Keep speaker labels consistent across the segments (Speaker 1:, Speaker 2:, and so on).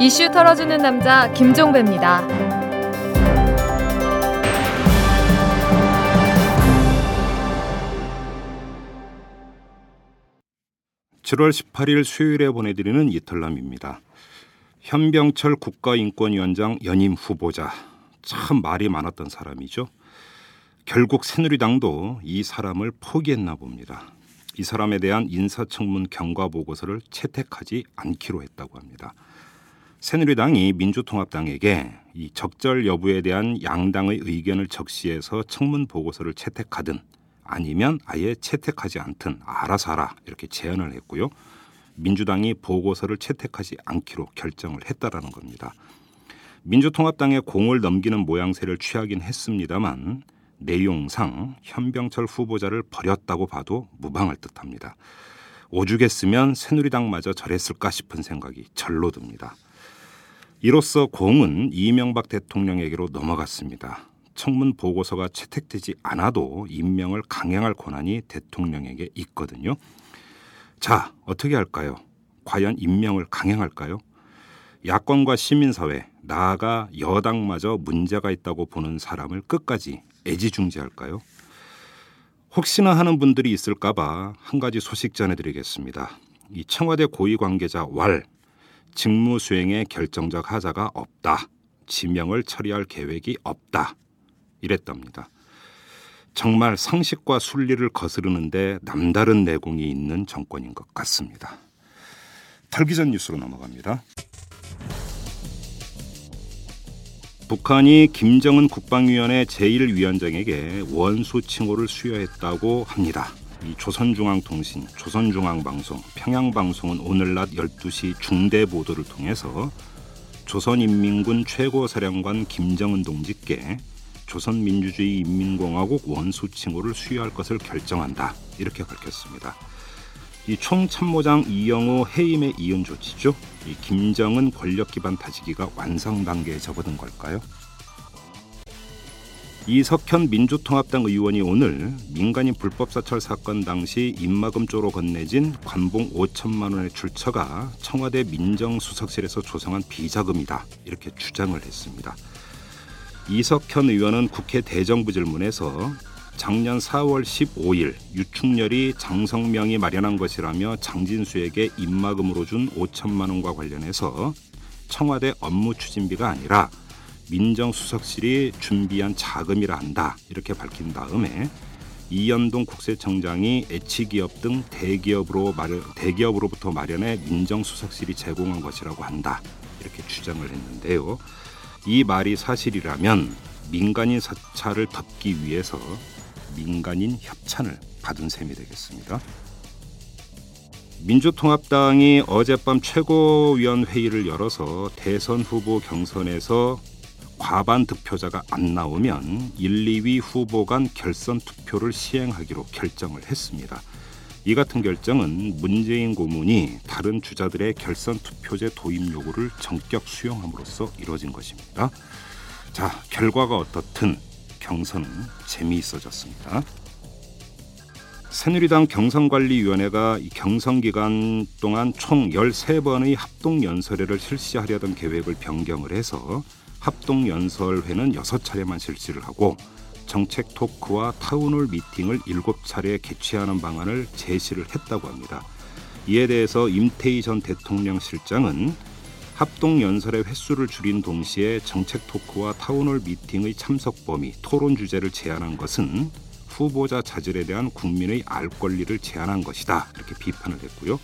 Speaker 1: 이슈 털어주는 남자 김종배입니다.
Speaker 2: 7월 18일 수요일에 보내드리는 이탈남입니다. 현병철 국가인권위원장 연임 후보자 참 말이 많았던 사람이죠. 결국 새누리당도 이 사람을 포기했나 봅니다. 이 사람에 대한 인사청문 경과 보고서를 채택하지 않기로 했다고 합니다. 새누리당이 민주통합당에게 이 적절 여부에 대한 양당의 의견을 적시해서 청문 보고서를 채택하든 아니면 아예 채택하지 않든 알아서 하라 이렇게 제안을 했고요. 민주당이 보고서를 채택하지 않기로 결정을 했다라는 겁니다. 민주통합당에 공을 넘기는 모양새를 취하긴 했습니다만 내용상 현병철 후보자를 버렸다고 봐도 무방할 듯합니다. 오죽했으면 새누리당마저 저랬을까 싶은 생각이 절로 듭니다. 이로써 공은 이명박 대통령에게로 넘어갔습니다. 청문 보고서가 채택되지 않아도 임명을 강행할 권한이 대통령에게 있거든요. 자, 어떻게 할까요? 과연 임명을 강행할까요? 야권과 시민사회, 나아가 여당마저 문제가 있다고 보는 사람을 끝까지 애지중지할까요? 혹시나 하는 분들이 있을까봐 한 가지 소식 전해드리겠습니다. 이 청와대 고위 관계자 왈 직무 수행에 결정적 하자가 없다. 지명을 처리할 계획이 없다. 이랬답니다. 정말 상식과 순리를 거스르는데 남다른 내공이 있는 정권인 것 같습니다. 털기 전 뉴스로 넘어갑니다. 북한이 김정은 국방위원회 제1위원장에게 원수 칭호를 수여했다고 합니다. 이 조선중앙통신, 조선중앙방송, 평양방송은 오늘 낮 12시 중대 보도를 통해서 조선인민군 최고사령관 김정은 동지께 조선민주주의 인민공화국 원수 칭호를 수여할 것을 결정한다 이렇게 밝혔습니다. 이 총참모장 이영호 해임에 이은 조치죠. 이 김정은 권력 기반 다지기가 완성 단계에 접어든 걸까요? 이석현 민주통합당 의원이 오늘 민간인 불법 사찰 사건 당시 입마금조로 건네진 관봉 5천만 원의 출처가 청와대 민정수석실에서 조성한 비자금이다 이렇게 주장을 했습니다. 이석현 의원은 국회 대정부 질문에서 작년 4월 15일 유충렬이 장성명이 마련한 것이라며 장진수에게 입마금으로 준 5천만 원과 관련해서 청와대 업무 추진비가 아니라 민정수석실이 준비한 자금이라 한다 이렇게 밝힌 다음에 이연동 국세청장이 애치기업 등 대기업으로 마련, 대기업으로부터 마련해 민정수석실이 제공한 것이라고 한다 이렇게 주장을 했는데요. 이 말이 사실이라면 민간인 사찰을 덮기 위해서 민간인 협찬을 받은 셈이 되겠습니다. 민주통합당이 어젯밤 최고위원 회의를 열어서 대선 후보 경선에서 과반 득표자가 안 나오면 1, 2위 후보 간 결선 투표를 시행하기로 결정을 했습니다. 이 같은 결정은 문재인 고문이 다른 주자들의 결선 투표제 도입 요구를 전격 수용함으로써 이루어진 것입니다. 자, 결과가 어떻든 경선은 재미있어졌습니다. 새누리당 경선관리위원회가 경선 기간 동안 총 13번의 합동연설회를 실시하려던 계획을 변경을 해서 합동연설회는 6차례만 실시를 하고 정책 토크와 타운홀 미팅을 7차례 개최하는 방안을 제시를 했다고 합니다. 이에 대해서 임태희 전 대통령 실장은 합동 연설의 횟수를 줄인 동시에 정책 토크와 타운홀 미팅의 참석 범위, 토론 주제를 제한한 것은 후보자 자질에 대한 국민의 알 권리를 제한한 것이다. 이렇게 비판을 했고요.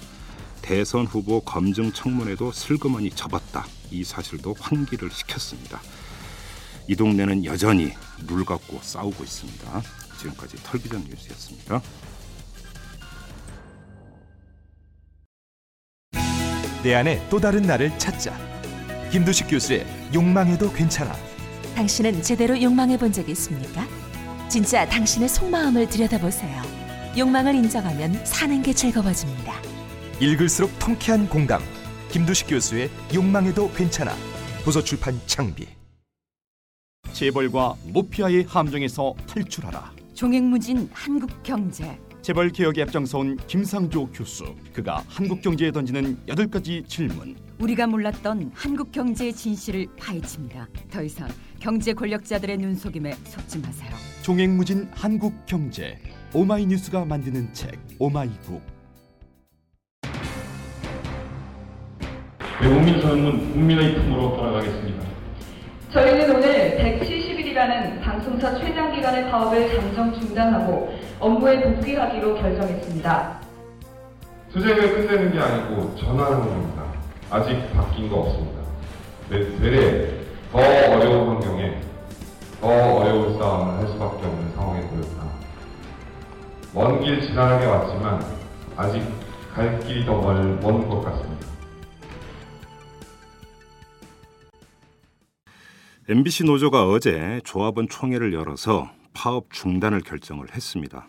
Speaker 2: 대선 후보 검증 청문회도 슬그머니 접었다. 이 사실도 환기를 시켰습니다. 이 동네는 여전히 물 갖고 싸우고 있습니다. 지금까지 털기전 뉴스였습니다.
Speaker 3: 내 안에 또 다른 나를 찾자. 김두식 교수의 욕망해도 괜찮아.
Speaker 4: 당신은 제대로 욕망해 본 적이 있습니까? 진짜 당신의 속마음을 들여다보세요. 욕망을 인정하면 사는 게 즐거워집니다.
Speaker 3: 읽을수록 통쾌한 공감. 김두식 교수의 욕망해도 괜찮아. 도서출판 창비.
Speaker 5: 재벌과 모피아의 함정에서 탈출하라.
Speaker 6: 종횡무진 한국 경제
Speaker 5: 재벌 개혁에 앞장서온 김상조 교수. 그가 한국 경제에 던지는 여덟 가지 질문.
Speaker 6: 우리가 몰랐던 한국 경제의 진실을 파헤칩니다. 더 이상 경제 권력자들의 눈속임에 속지 마세요.
Speaker 5: 종횡무진 한국 경제. 오마이뉴스가 만드는 책 오마이북.
Speaker 7: 외국민 저는 국민의 품으로 돌아가겠습니다.
Speaker 8: 저희는 오늘 170일이라는 방송사 최장 기간의 사업을 잠정 중단하고 업무에 복귀하기로 결정했습니다.
Speaker 7: 투쟁을 끝내는 게 아니고 전환하는 겁니다. 아직 바뀐 거 없습니다. 네, 미래에 더 어려운 환경에 더 어려운 싸움을 할 수밖에 없는 상황에 놓였다. 먼 길 지나가게 왔지만 아직 갈 길이 더 먼 것 같습니다.
Speaker 2: MBC 노조가 어제 조합원 총회를 열어서 파업 중단을 결정을 했습니다.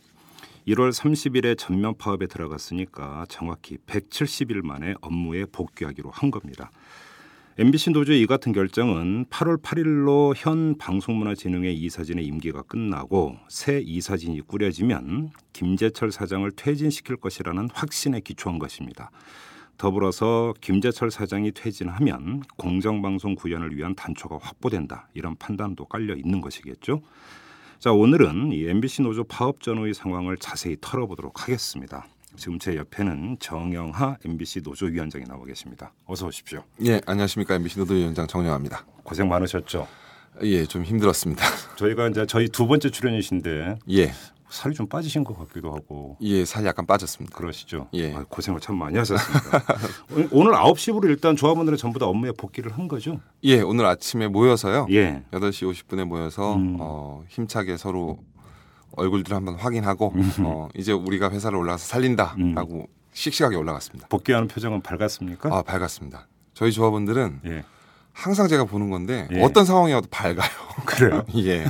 Speaker 2: 1월 30일에 전면 파업에 들어갔으니까 정확히 170일 만에 업무에 복귀하기로 한 겁니다. MBC 노조의 이 같은 결정은 8월 8일로 현 방송문화진흥회 이사진의 임기가 끝나고 새 이사진이 꾸려지면 김재철 사장을 퇴진시킬 것이라는 확신에 기초한 것입니다. 더불어서 김재철 사장이 퇴진하면 공정방송 구현을 위한 단초가 확보된다 이런 판단도 깔려 있는 것이겠죠. 자 오늘은 이 MBC 노조 파업 전후의 상황을 자세히 털어보도록 하겠습니다. 지금 제 옆에는 정영하 MBC 노조위원장이 나와 계십니다. 어서 오십시오.
Speaker 9: 예, 안녕하십니까 MBC 노도 위원장 정영아입니다.
Speaker 2: 고생 많으셨죠.
Speaker 9: 예, 좀 힘들었습니다.
Speaker 2: 저희가 이제 저희 두 번째 출연이신데
Speaker 9: 예,
Speaker 2: 살이 좀 빠지신 것 같기도 하고
Speaker 9: 예, 살 약간 빠졌습니다.
Speaker 2: 그러시죠.
Speaker 9: 예.
Speaker 2: 아, 고생을 참 많이 하셨습니다. 오늘- 오늘 9시부로 일단 조합원들은 전부 다 업무에 복귀를 한 거죠.
Speaker 9: 예, 오늘 아침에 모여서요.
Speaker 2: 예. 음.
Speaker 9: 8시 50분에 모여서 어, 힘차게 서로 얼굴들 을 한번 확인하고
Speaker 2: 음.
Speaker 9: 어, 이제 우리가 회사를 올라가서 살린다라고 씩씩하게 올라갔습니다.
Speaker 2: 복귀하는 표정은 밝았습니까?
Speaker 9: 아, 밝았습니다. 저희 조합원들은
Speaker 2: 예.
Speaker 9: 항상 제가 보는 건데
Speaker 2: 예.
Speaker 9: 어떤 상황이어도 밝아요.
Speaker 2: 그래요?
Speaker 9: 예.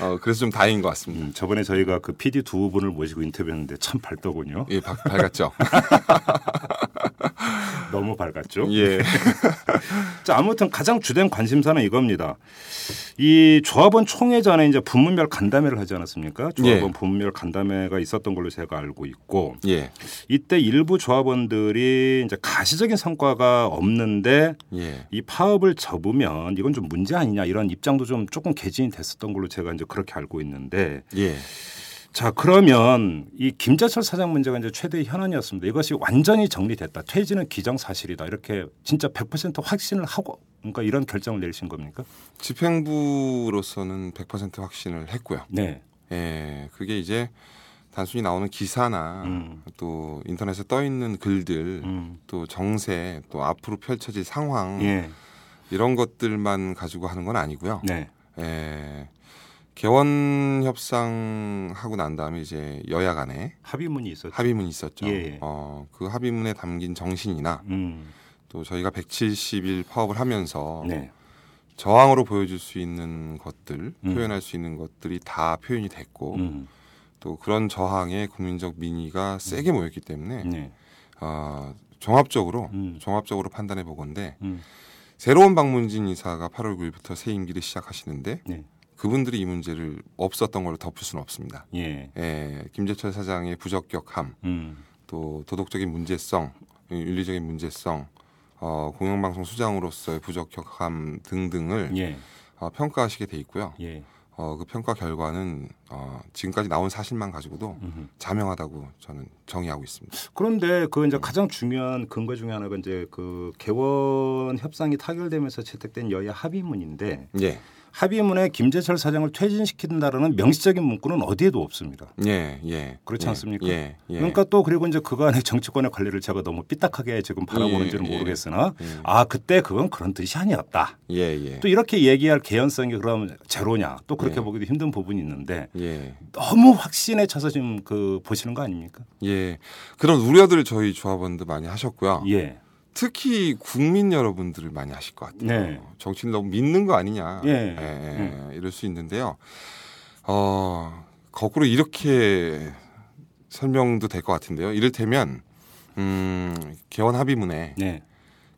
Speaker 9: 어, 그래서 좀 다행인 것 같습니다.
Speaker 2: 음, 저번에 저희가 그 PD 두 분을 모시고 인터뷰했는데 참 밝더군요.
Speaker 9: 예, 밝- 밝았죠.
Speaker 2: 너무 밝았죠.
Speaker 9: 예.
Speaker 2: 자, 아무튼 가장 주된 관심사는 이겁니다. 이 조합원 총회 전에 이제 부문별 간담회를 하지 않았습니까? 조합원
Speaker 9: 예.
Speaker 2: 부문별 간담회가 있었던 걸로 제가 알고 있고
Speaker 9: 예.
Speaker 2: 이때 일부 조합원들이 이제 가시적인 성과가 없는데
Speaker 9: 예.
Speaker 2: 이 파업을 접으면 이건 좀 문제 아니냐 이런 입장도 좀 조금 개진이 됐었던 걸로 제가 이제 그렇게 알고 있는데
Speaker 9: 예.
Speaker 2: 자 그러면 이 김재철 사장 문제가 이제 최대의 현안이었습니다. 이것이 완전히 정리됐다. 퇴진은 기정사실이다. 이렇게 진짜 100% 확신을 하고 그러니까 이런 결정을 내리신 겁니까?
Speaker 9: 집행부로서는 100% 확신을 했고요.
Speaker 2: 네.
Speaker 9: 예, 그게 이제 단순히 나오는 기사나
Speaker 2: 음.
Speaker 9: 또 인터넷에 떠 있는 글들,
Speaker 2: 음.
Speaker 9: 또 정세, 또 앞으로 펼쳐질 상황
Speaker 2: 예.
Speaker 9: 이런 것들만 가지고 하는 건 아니고요.
Speaker 2: 네.
Speaker 9: 예. 개원 협상하고 난 다음에 이제 여야 간에
Speaker 2: 합의문이 있었죠.
Speaker 9: 합의문이 있었죠.
Speaker 2: 예.
Speaker 9: 어, 그 합의문에 담긴 정신이나
Speaker 2: 음.
Speaker 9: 또 저희가 170일 파업을 하면서
Speaker 2: 네.
Speaker 9: 저항으로 보여줄 수 있는 것들
Speaker 2: 음.
Speaker 9: 표현할 수 있는 것들이 다 표현이 됐고
Speaker 2: 음.
Speaker 9: 또 그런 저항에 국민적 민의가 세게 모였기 때문에
Speaker 2: 네.
Speaker 9: 어, 종합적으로
Speaker 2: 음.
Speaker 9: 종합적으로 판단해 보건데
Speaker 2: 음.
Speaker 9: 새로운 방문진 이사가 8월 9일부터 새 임기를 시작하시는데
Speaker 2: 네.
Speaker 9: 그분들이 이 문제를 없었던 걸로 덮을 수는 없습니다.
Speaker 2: 예.
Speaker 9: 예, 김재철 사장의 부적격함,
Speaker 2: 음.
Speaker 9: 또 도덕적인 문제성, 윤리적인 문제성, 어, 공영방송 수장으로서의 부적격함 등등을
Speaker 2: 예.
Speaker 9: 어, 평가하시게 돼 있고요.
Speaker 2: 예.
Speaker 9: 어, 그 평가 결과는 어, 지금까지 나온 사실만 가지고도
Speaker 2: 음.
Speaker 9: 자명하다고 저는 정의하고 있습니다.
Speaker 2: 그런데 그
Speaker 9: 네.
Speaker 2: 이제 가장 중요한 근거 중에 하나가 이제 그 개원 협상이 타결되면서 채택된 여야 합의문인데
Speaker 9: 예,
Speaker 2: 합의문에 김재철 사장을 퇴진시킨다라는 명시적인 문구는 어디에도 없습니다.
Speaker 9: 예, 예.
Speaker 2: 그렇지
Speaker 9: 예,
Speaker 2: 않습니까?
Speaker 9: 예, 예.
Speaker 2: 그러니까 또 그리고 이제 그간의 정치권의 관리를 제가 너무 삐딱하게 지금 바라보는지는
Speaker 9: 예, 예.
Speaker 2: 모르겠으나
Speaker 9: 예.
Speaker 2: 아 그때 그건 그런 뜻이 아니었다.
Speaker 9: 예, 예.
Speaker 2: 또 이렇게 얘기할 개연성이 그럼 제로냐? 또 그렇게
Speaker 9: 예.
Speaker 2: 보기도 힘든 부분이 있는데
Speaker 9: 예,
Speaker 2: 너무 확신에 차서 지금 그 보시는 거 아닙니까?
Speaker 9: 예. 그런 우려들을 저희 조합원들 많이 하셨고요.
Speaker 2: 예,
Speaker 9: 특히 국민 여러분들을 많이 하실 것 같아요. 어,
Speaker 2: 네,
Speaker 9: 정치를 너무 믿는 거 아니냐.
Speaker 2: 예,
Speaker 9: 예, 이럴 수 있는데요. 어, 거꾸로 이렇게 설명도 될 것 같은데요. 이를테면, 음, 개원 합의문에
Speaker 2: 네,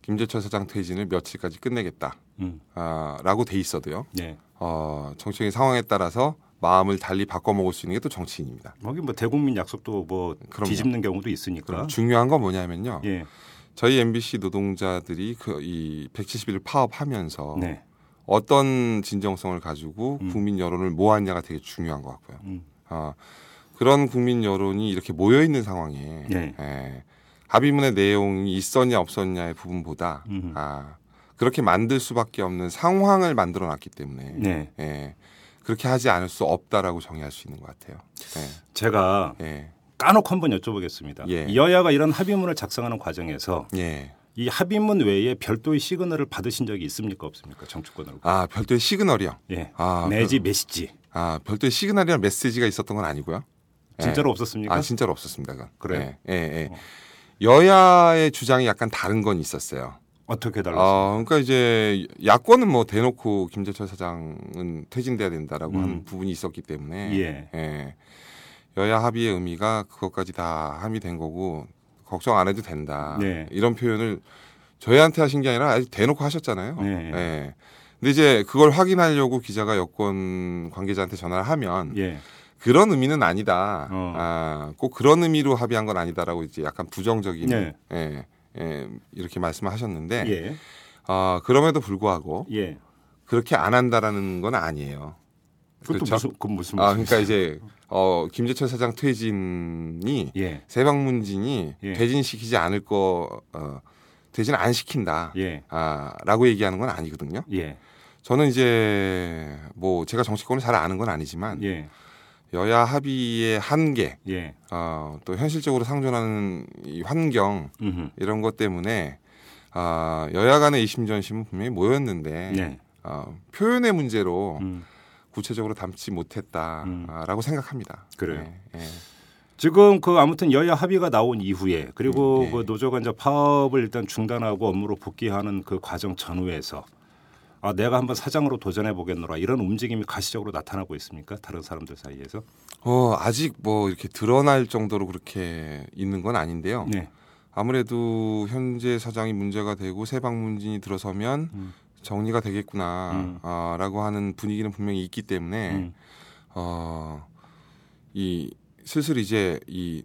Speaker 9: 김재철 사장 퇴진을 며칠까지 끝내겠다.
Speaker 2: 음,
Speaker 9: 아, 라고 돼 있어도요.
Speaker 2: 네,
Speaker 9: 어, 정치적인 상황에 따라서 마음을 달리 바꿔 먹을 수 있는 게 또 정치인입니다.
Speaker 2: 거기 뭐 대국민 약속도 뭐
Speaker 9: 그럼요. 그렇죠.
Speaker 2: 뒤집는 경우도 있으니까.
Speaker 9: 중요한 건 뭐냐면요.
Speaker 2: 예.
Speaker 9: 저희 MBC 노동자들이 그 이 171을 파업하면서
Speaker 2: 네.
Speaker 9: 어떤 진정성을 가지고
Speaker 2: 음.
Speaker 9: 국민 여론을 모았냐가 되게 중요한 것 같고요.
Speaker 2: 음.
Speaker 9: 아, 그런 국민 여론이 이렇게 모여 있는 상황에
Speaker 2: 네.
Speaker 9: 예, 합의문의 내용이 있었냐 없었냐의 부분보다
Speaker 2: 음.
Speaker 9: 아, 그렇게 만들 수밖에 없는 상황을 만들어 놨기 때문에
Speaker 2: 네.
Speaker 9: 예, 그렇게 하지 않을 수 없다라고 정의할 수 있는 것 같아요.
Speaker 2: 제가
Speaker 9: 예,
Speaker 2: 까놓고 한번 여쭤보겠습니다.
Speaker 9: 예.
Speaker 2: 여야가 이런 합의문을 작성하는 과정에서
Speaker 9: 예, 예.
Speaker 2: 이 합의문 외에 별도의 시그널을 받으신 적이 있습니까 없습니까 정치권으로?
Speaker 9: 아 별도의 시그널이요.
Speaker 2: 예.
Speaker 9: 아,
Speaker 2: 내지 메시지
Speaker 9: 아 별도의 시그널이란 메시지가 있었던 건 아니고요. 예.
Speaker 2: 진짜로 없었습니까?
Speaker 9: 아 진짜로 없었습니다. 그건.
Speaker 2: 그래요? 어.
Speaker 9: 예, 예, 예. 여야의 주장이 약간 다른 건 있었어요.
Speaker 2: 어떻게 달라요?
Speaker 9: 아, 그러니까 이제 야권은 뭐 대놓고 김재철 사장은 퇴진돼야 된다라고
Speaker 2: 음.
Speaker 9: 하는 부분이 있었기 때문에
Speaker 2: 예.
Speaker 9: 예. 여야 합의의 의미가 그것까지 다 함의된 거고 걱정 안 해도 된다.
Speaker 2: 네.
Speaker 9: 이런 표현을 저희한테 하신 게 아니라 아주 대놓고 하셨잖아요.
Speaker 2: 네.
Speaker 9: 예. 근데 이제 그걸 확인하려고 기자가 여권 관계자한테 전화를 하면
Speaker 2: 예.
Speaker 9: 그런 의미는 아니다.
Speaker 2: 어.
Speaker 9: 아, 꼭 그런 의미로 합의한 건 아니다라고 이제 약간 부정적인
Speaker 2: 네.
Speaker 9: 예, 예, 이렇게 말씀을 하셨는데
Speaker 2: 예.
Speaker 9: 아, 그럼에도 불구하고
Speaker 2: 예.
Speaker 9: 그렇게 안 한다라는 건 아니에요.
Speaker 2: 그것도
Speaker 9: 그렇죠?
Speaker 2: 무슨 그 무슨
Speaker 9: 아,
Speaker 2: 무슨-
Speaker 9: 그러니까 이제 어, 김재철 사장 퇴진이
Speaker 2: 예.
Speaker 9: 세방문진이
Speaker 2: 예.
Speaker 9: 퇴진시키지 않을 거 어, 퇴진 안 시킨다.
Speaker 2: 예.
Speaker 9: 아, 라고 얘기하는 건 아니거든요.
Speaker 2: 예.
Speaker 9: 저는 이제 뭐 제가 정치권을 잘 아는 건 아니지만
Speaker 2: 예.
Speaker 9: 여야 합의의 한계,
Speaker 2: 예.
Speaker 9: 어, 또 현실적으로 상존하는 이 환경
Speaker 2: 음흠.
Speaker 9: 이런 것 때문에 아, 여야 간의 이심전심은 분명히 모였는데
Speaker 2: 네.
Speaker 9: 어, 표현의 문제로
Speaker 2: 음.
Speaker 9: 구체적으로 담지
Speaker 2: 음.
Speaker 9: 못했다라고 생각합니다.
Speaker 2: 그래요.
Speaker 9: 예, 예.
Speaker 2: 지금 그 아무튼 여야 합의가 나온 이후에 그리고
Speaker 9: 음, 예.
Speaker 2: 그 노조 간자 파업을 일단 중단하고 업무로 복귀하는 그 과정 전후에서 아 내가 한번 사장으로 도전해 보겠노라 이런 움직임이 가시적으로 나타나고 있습니까 다른 사람들 사이에서?
Speaker 9: 어, 아직 뭐 이렇게 드러날 정도로 그렇게 있는 건 아닌데요.
Speaker 2: 네.
Speaker 9: 아무래도 현재 사장이 문제가 되고 새 방문진이 들어서면
Speaker 2: 음.
Speaker 9: 정리가 되겠구나
Speaker 2: 음.
Speaker 9: 아, 라고 하는 분위기는 분명히 있기 때문에
Speaker 2: 음.
Speaker 9: 어, 이 슬슬 이제 이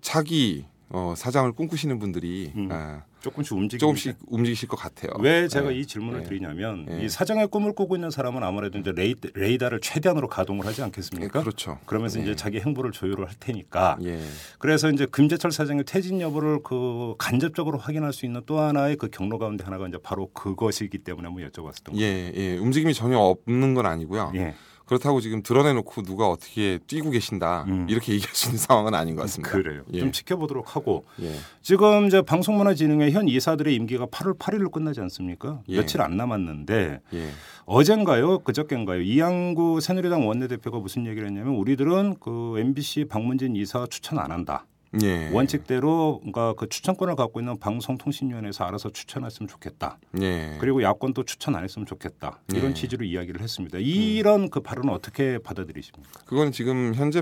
Speaker 9: 차기 어, 사장을 꿈꾸시는 분들이
Speaker 2: 음.
Speaker 9: 아,
Speaker 2: 조금씩 움직이 네.
Speaker 9: 조금씩 움직이실 것 같아요.
Speaker 2: 왜 제가
Speaker 9: 예.
Speaker 2: 이 질문을
Speaker 9: 예.
Speaker 2: 드리냐면
Speaker 9: 예.
Speaker 2: 이 사장의 꿈을 꾸고 있는 사람은 아무래도 이제 레이, 레이더를 최대한으로 가동을 하지
Speaker 9: 예,
Speaker 2: 않겠습니까?
Speaker 9: 그렇죠.
Speaker 2: 네, 그러면서
Speaker 9: 예.
Speaker 2: 이제 자기 행보를 조율을 할 테니까
Speaker 9: 예.
Speaker 2: 그래서 이제 금재철 사장의 퇴진 여부를 그 간접적으로 확인할 수 있는 또 하나의 그 경로 가운데 하나가 이제 바로 그것이기 때문에 한번 여쭤봤었던 거예요.
Speaker 9: 예, 예. 움직임이 전혀 없는 건 아니고요.
Speaker 2: 예,
Speaker 9: 그렇다고 지금 드러내놓고 누가 어떻게 뛰고 계신다
Speaker 2: 음.
Speaker 9: 이렇게 얘기할 수 있는 상황은 아닌 것 같습니다.
Speaker 2: 그래요.
Speaker 9: 예.
Speaker 2: 좀 지켜보도록 하고
Speaker 9: 예.
Speaker 2: 지금 이제 방송문화진흥회 현 이사들의 임기가 8월 8일로 끝나지 않습니까?
Speaker 9: 예.
Speaker 2: 며칠 안 남았는데
Speaker 9: 예.
Speaker 2: 어젠가요, 그저께인가요? 이양구 새누리당 원내대표가 무슨 얘기를 했냐면 우리들은 그 MBC 박문진 이사 추천 안 한다.
Speaker 9: 예.
Speaker 2: 원칙대로 그러니까 그 추천권을 갖고 있는 방송통신위원회에서 알아서 추천했으면 좋겠다.
Speaker 9: 예.
Speaker 2: 그리고 야권도 추천 안 했으면 좋겠다 이런
Speaker 9: 예. 음.
Speaker 2: 취지로 이야기를 했습니다. 이런 그 발언은 어떻게 받아들이십니까?
Speaker 9: 그건 지금 현재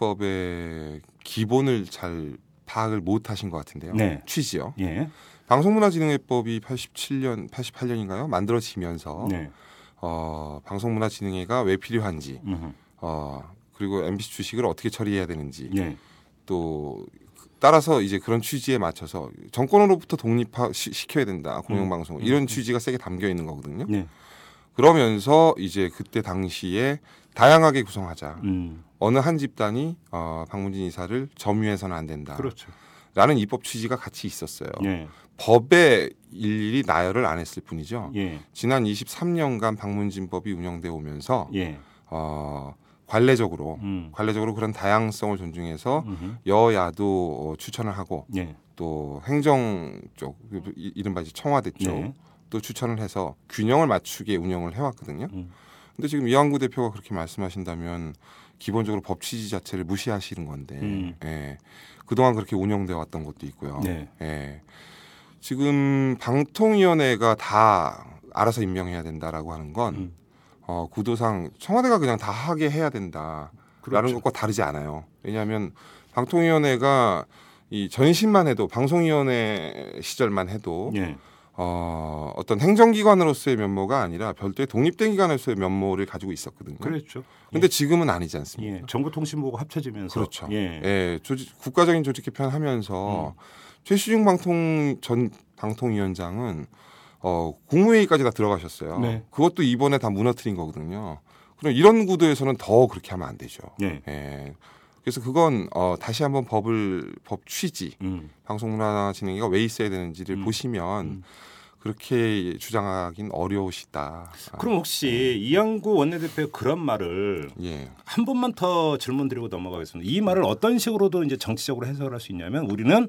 Speaker 9: 방문진법의 기본을 잘 파악을 못 하신 것 같은데요.
Speaker 2: 네.
Speaker 9: 취지요.
Speaker 2: 예,
Speaker 9: 방송문화진흥회법이 87년, 88년인가요? 만들어지면서
Speaker 2: 네,
Speaker 9: 어, 방송문화진흥회가 왜 필요한지,
Speaker 2: 음흠.
Speaker 9: 어, 그리고 MBC 주식을 어떻게 처리해야 되는지,
Speaker 2: 예,
Speaker 9: 또 따라서 이제 그런 취지에 맞춰서 정권으로부터 독립시켜야 된다 공영방송 이런 취지가 세게 담겨 있는 거거든요.
Speaker 2: 음. 네,
Speaker 9: 그러면서 이제 그때 당시에 다양하게 구성하자
Speaker 2: 음,
Speaker 9: 어느 한 집단이 어, 박문진 이사를 점유해서는 안 된다라는
Speaker 2: 그렇죠.
Speaker 9: 입법 취지가 같이 있었어요.
Speaker 2: 예,
Speaker 9: 법에 일일이 나열을 안 했을 뿐이죠.
Speaker 2: 예,
Speaker 9: 지난 23년간 박문진법이 운영돼 오면서
Speaker 2: 예,
Speaker 9: 어, 관례적으로
Speaker 2: 음,
Speaker 9: 관례적으로 그런 다양성을 존중해서
Speaker 2: 음흠.
Speaker 9: 여야도 어, 추천을 하고
Speaker 2: 예, 또
Speaker 9: 또 행정 쪽 이- 이른바 이제 청와대
Speaker 2: 네.
Speaker 9: 쪽 또 추천을 해서 균형을 맞추게 운영을 해왔거든요.
Speaker 2: 음.
Speaker 9: 근데 지금 이왕구 대표가 그렇게 말씀하신다면 기본적으로 법 취지 자체를 무시하시는 건데
Speaker 2: 음.
Speaker 9: 예. 그동안 그렇게 운영돼 왔던 것도 있고요.
Speaker 2: 네,
Speaker 9: 예. 지금 방통위원회가 다 알아서 임명해야 된다라고 하는 건
Speaker 2: 음.
Speaker 9: 어, 구도상 청와대가 그냥 다 하게 해야 된다. 라는
Speaker 2: 그렇죠.
Speaker 9: 것과 다르지 않아요. 왜냐하면 방통위원회가 이 전신만 해도 방송위원회 시절만 해도
Speaker 2: 예,
Speaker 9: 어, 어떤 행정기관으로서의 면모가 아니라 별도의 독립된 기관으로서의 면모를 가지고 있었거든요.
Speaker 2: 그랬죠.
Speaker 9: 근데 지금은 아니지 않습니까?
Speaker 2: 그렇죠. 예, 정보통신부가 합쳐지면서
Speaker 9: 그렇죠.
Speaker 2: 예. 음.
Speaker 9: 예, 조직, 국가적인 조직 개편하면서 최시중 방통 전 방통위원장은 어, 국무회의까지 다 들어가셨어요.
Speaker 2: 네.
Speaker 9: 그것도 이번에 다 무너뜨린 거거든요. 그럼 이런 구도에서는 더 그렇게 하면 안 되죠.
Speaker 2: 예.
Speaker 9: 예. 그래서 그건 어, 다시 한번 법을 법 취지
Speaker 2: 음.
Speaker 9: 방송문화진흥위가 왜 있어야 되는지를
Speaker 2: 음.
Speaker 9: 보시면
Speaker 2: 음.
Speaker 9: 그렇게 주장하긴 어려우시다. 아,
Speaker 2: 그럼 혹시 이양구 원내대표의 그런 말을
Speaker 9: 예.
Speaker 2: 한 번만 더 질문드리고 넘어가겠습니다. 이 말을 어떤 식으로도 이제 정치적으로 해석할 수 있냐면 우리는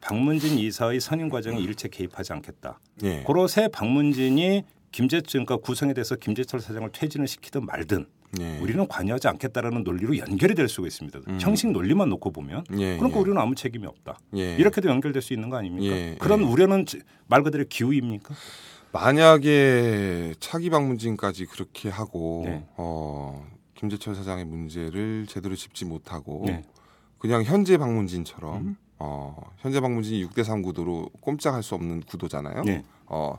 Speaker 2: 박문진 이사의 선임 과정에 일체 개입하지 않겠다.
Speaker 9: 예.
Speaker 2: 고로새 박문진이 김재철 그러니까 구성에 대해서 김재철 사장을 퇴진을 시키든 말든
Speaker 9: 예.
Speaker 2: 우리는 관여하지 않겠다라는 논리로 연결이 될 수가 있습니다.
Speaker 9: 음.
Speaker 2: 형식 논리만 놓고 보면
Speaker 9: 예,
Speaker 2: 그러니까
Speaker 9: 예.
Speaker 2: 우리는 아무 책임이 없다.
Speaker 9: 예.
Speaker 2: 이렇게도 연결될 수 있는 거 아닙니까?
Speaker 9: 예,
Speaker 2: 그런
Speaker 9: 예.
Speaker 2: 우려는 말 그대로 기우입니까?
Speaker 9: 만약에 차기 방문진까지 그렇게 하고
Speaker 2: 네.
Speaker 9: 어, 김재철 사장의 문제를 제대로 짚지 못하고
Speaker 2: 네. 음.
Speaker 9: 그냥 현재 방문진처럼 어, 현재 방문진이 6대3 구도로 꼼짝할 수 없는 구도잖아요.
Speaker 2: 네.
Speaker 9: 어,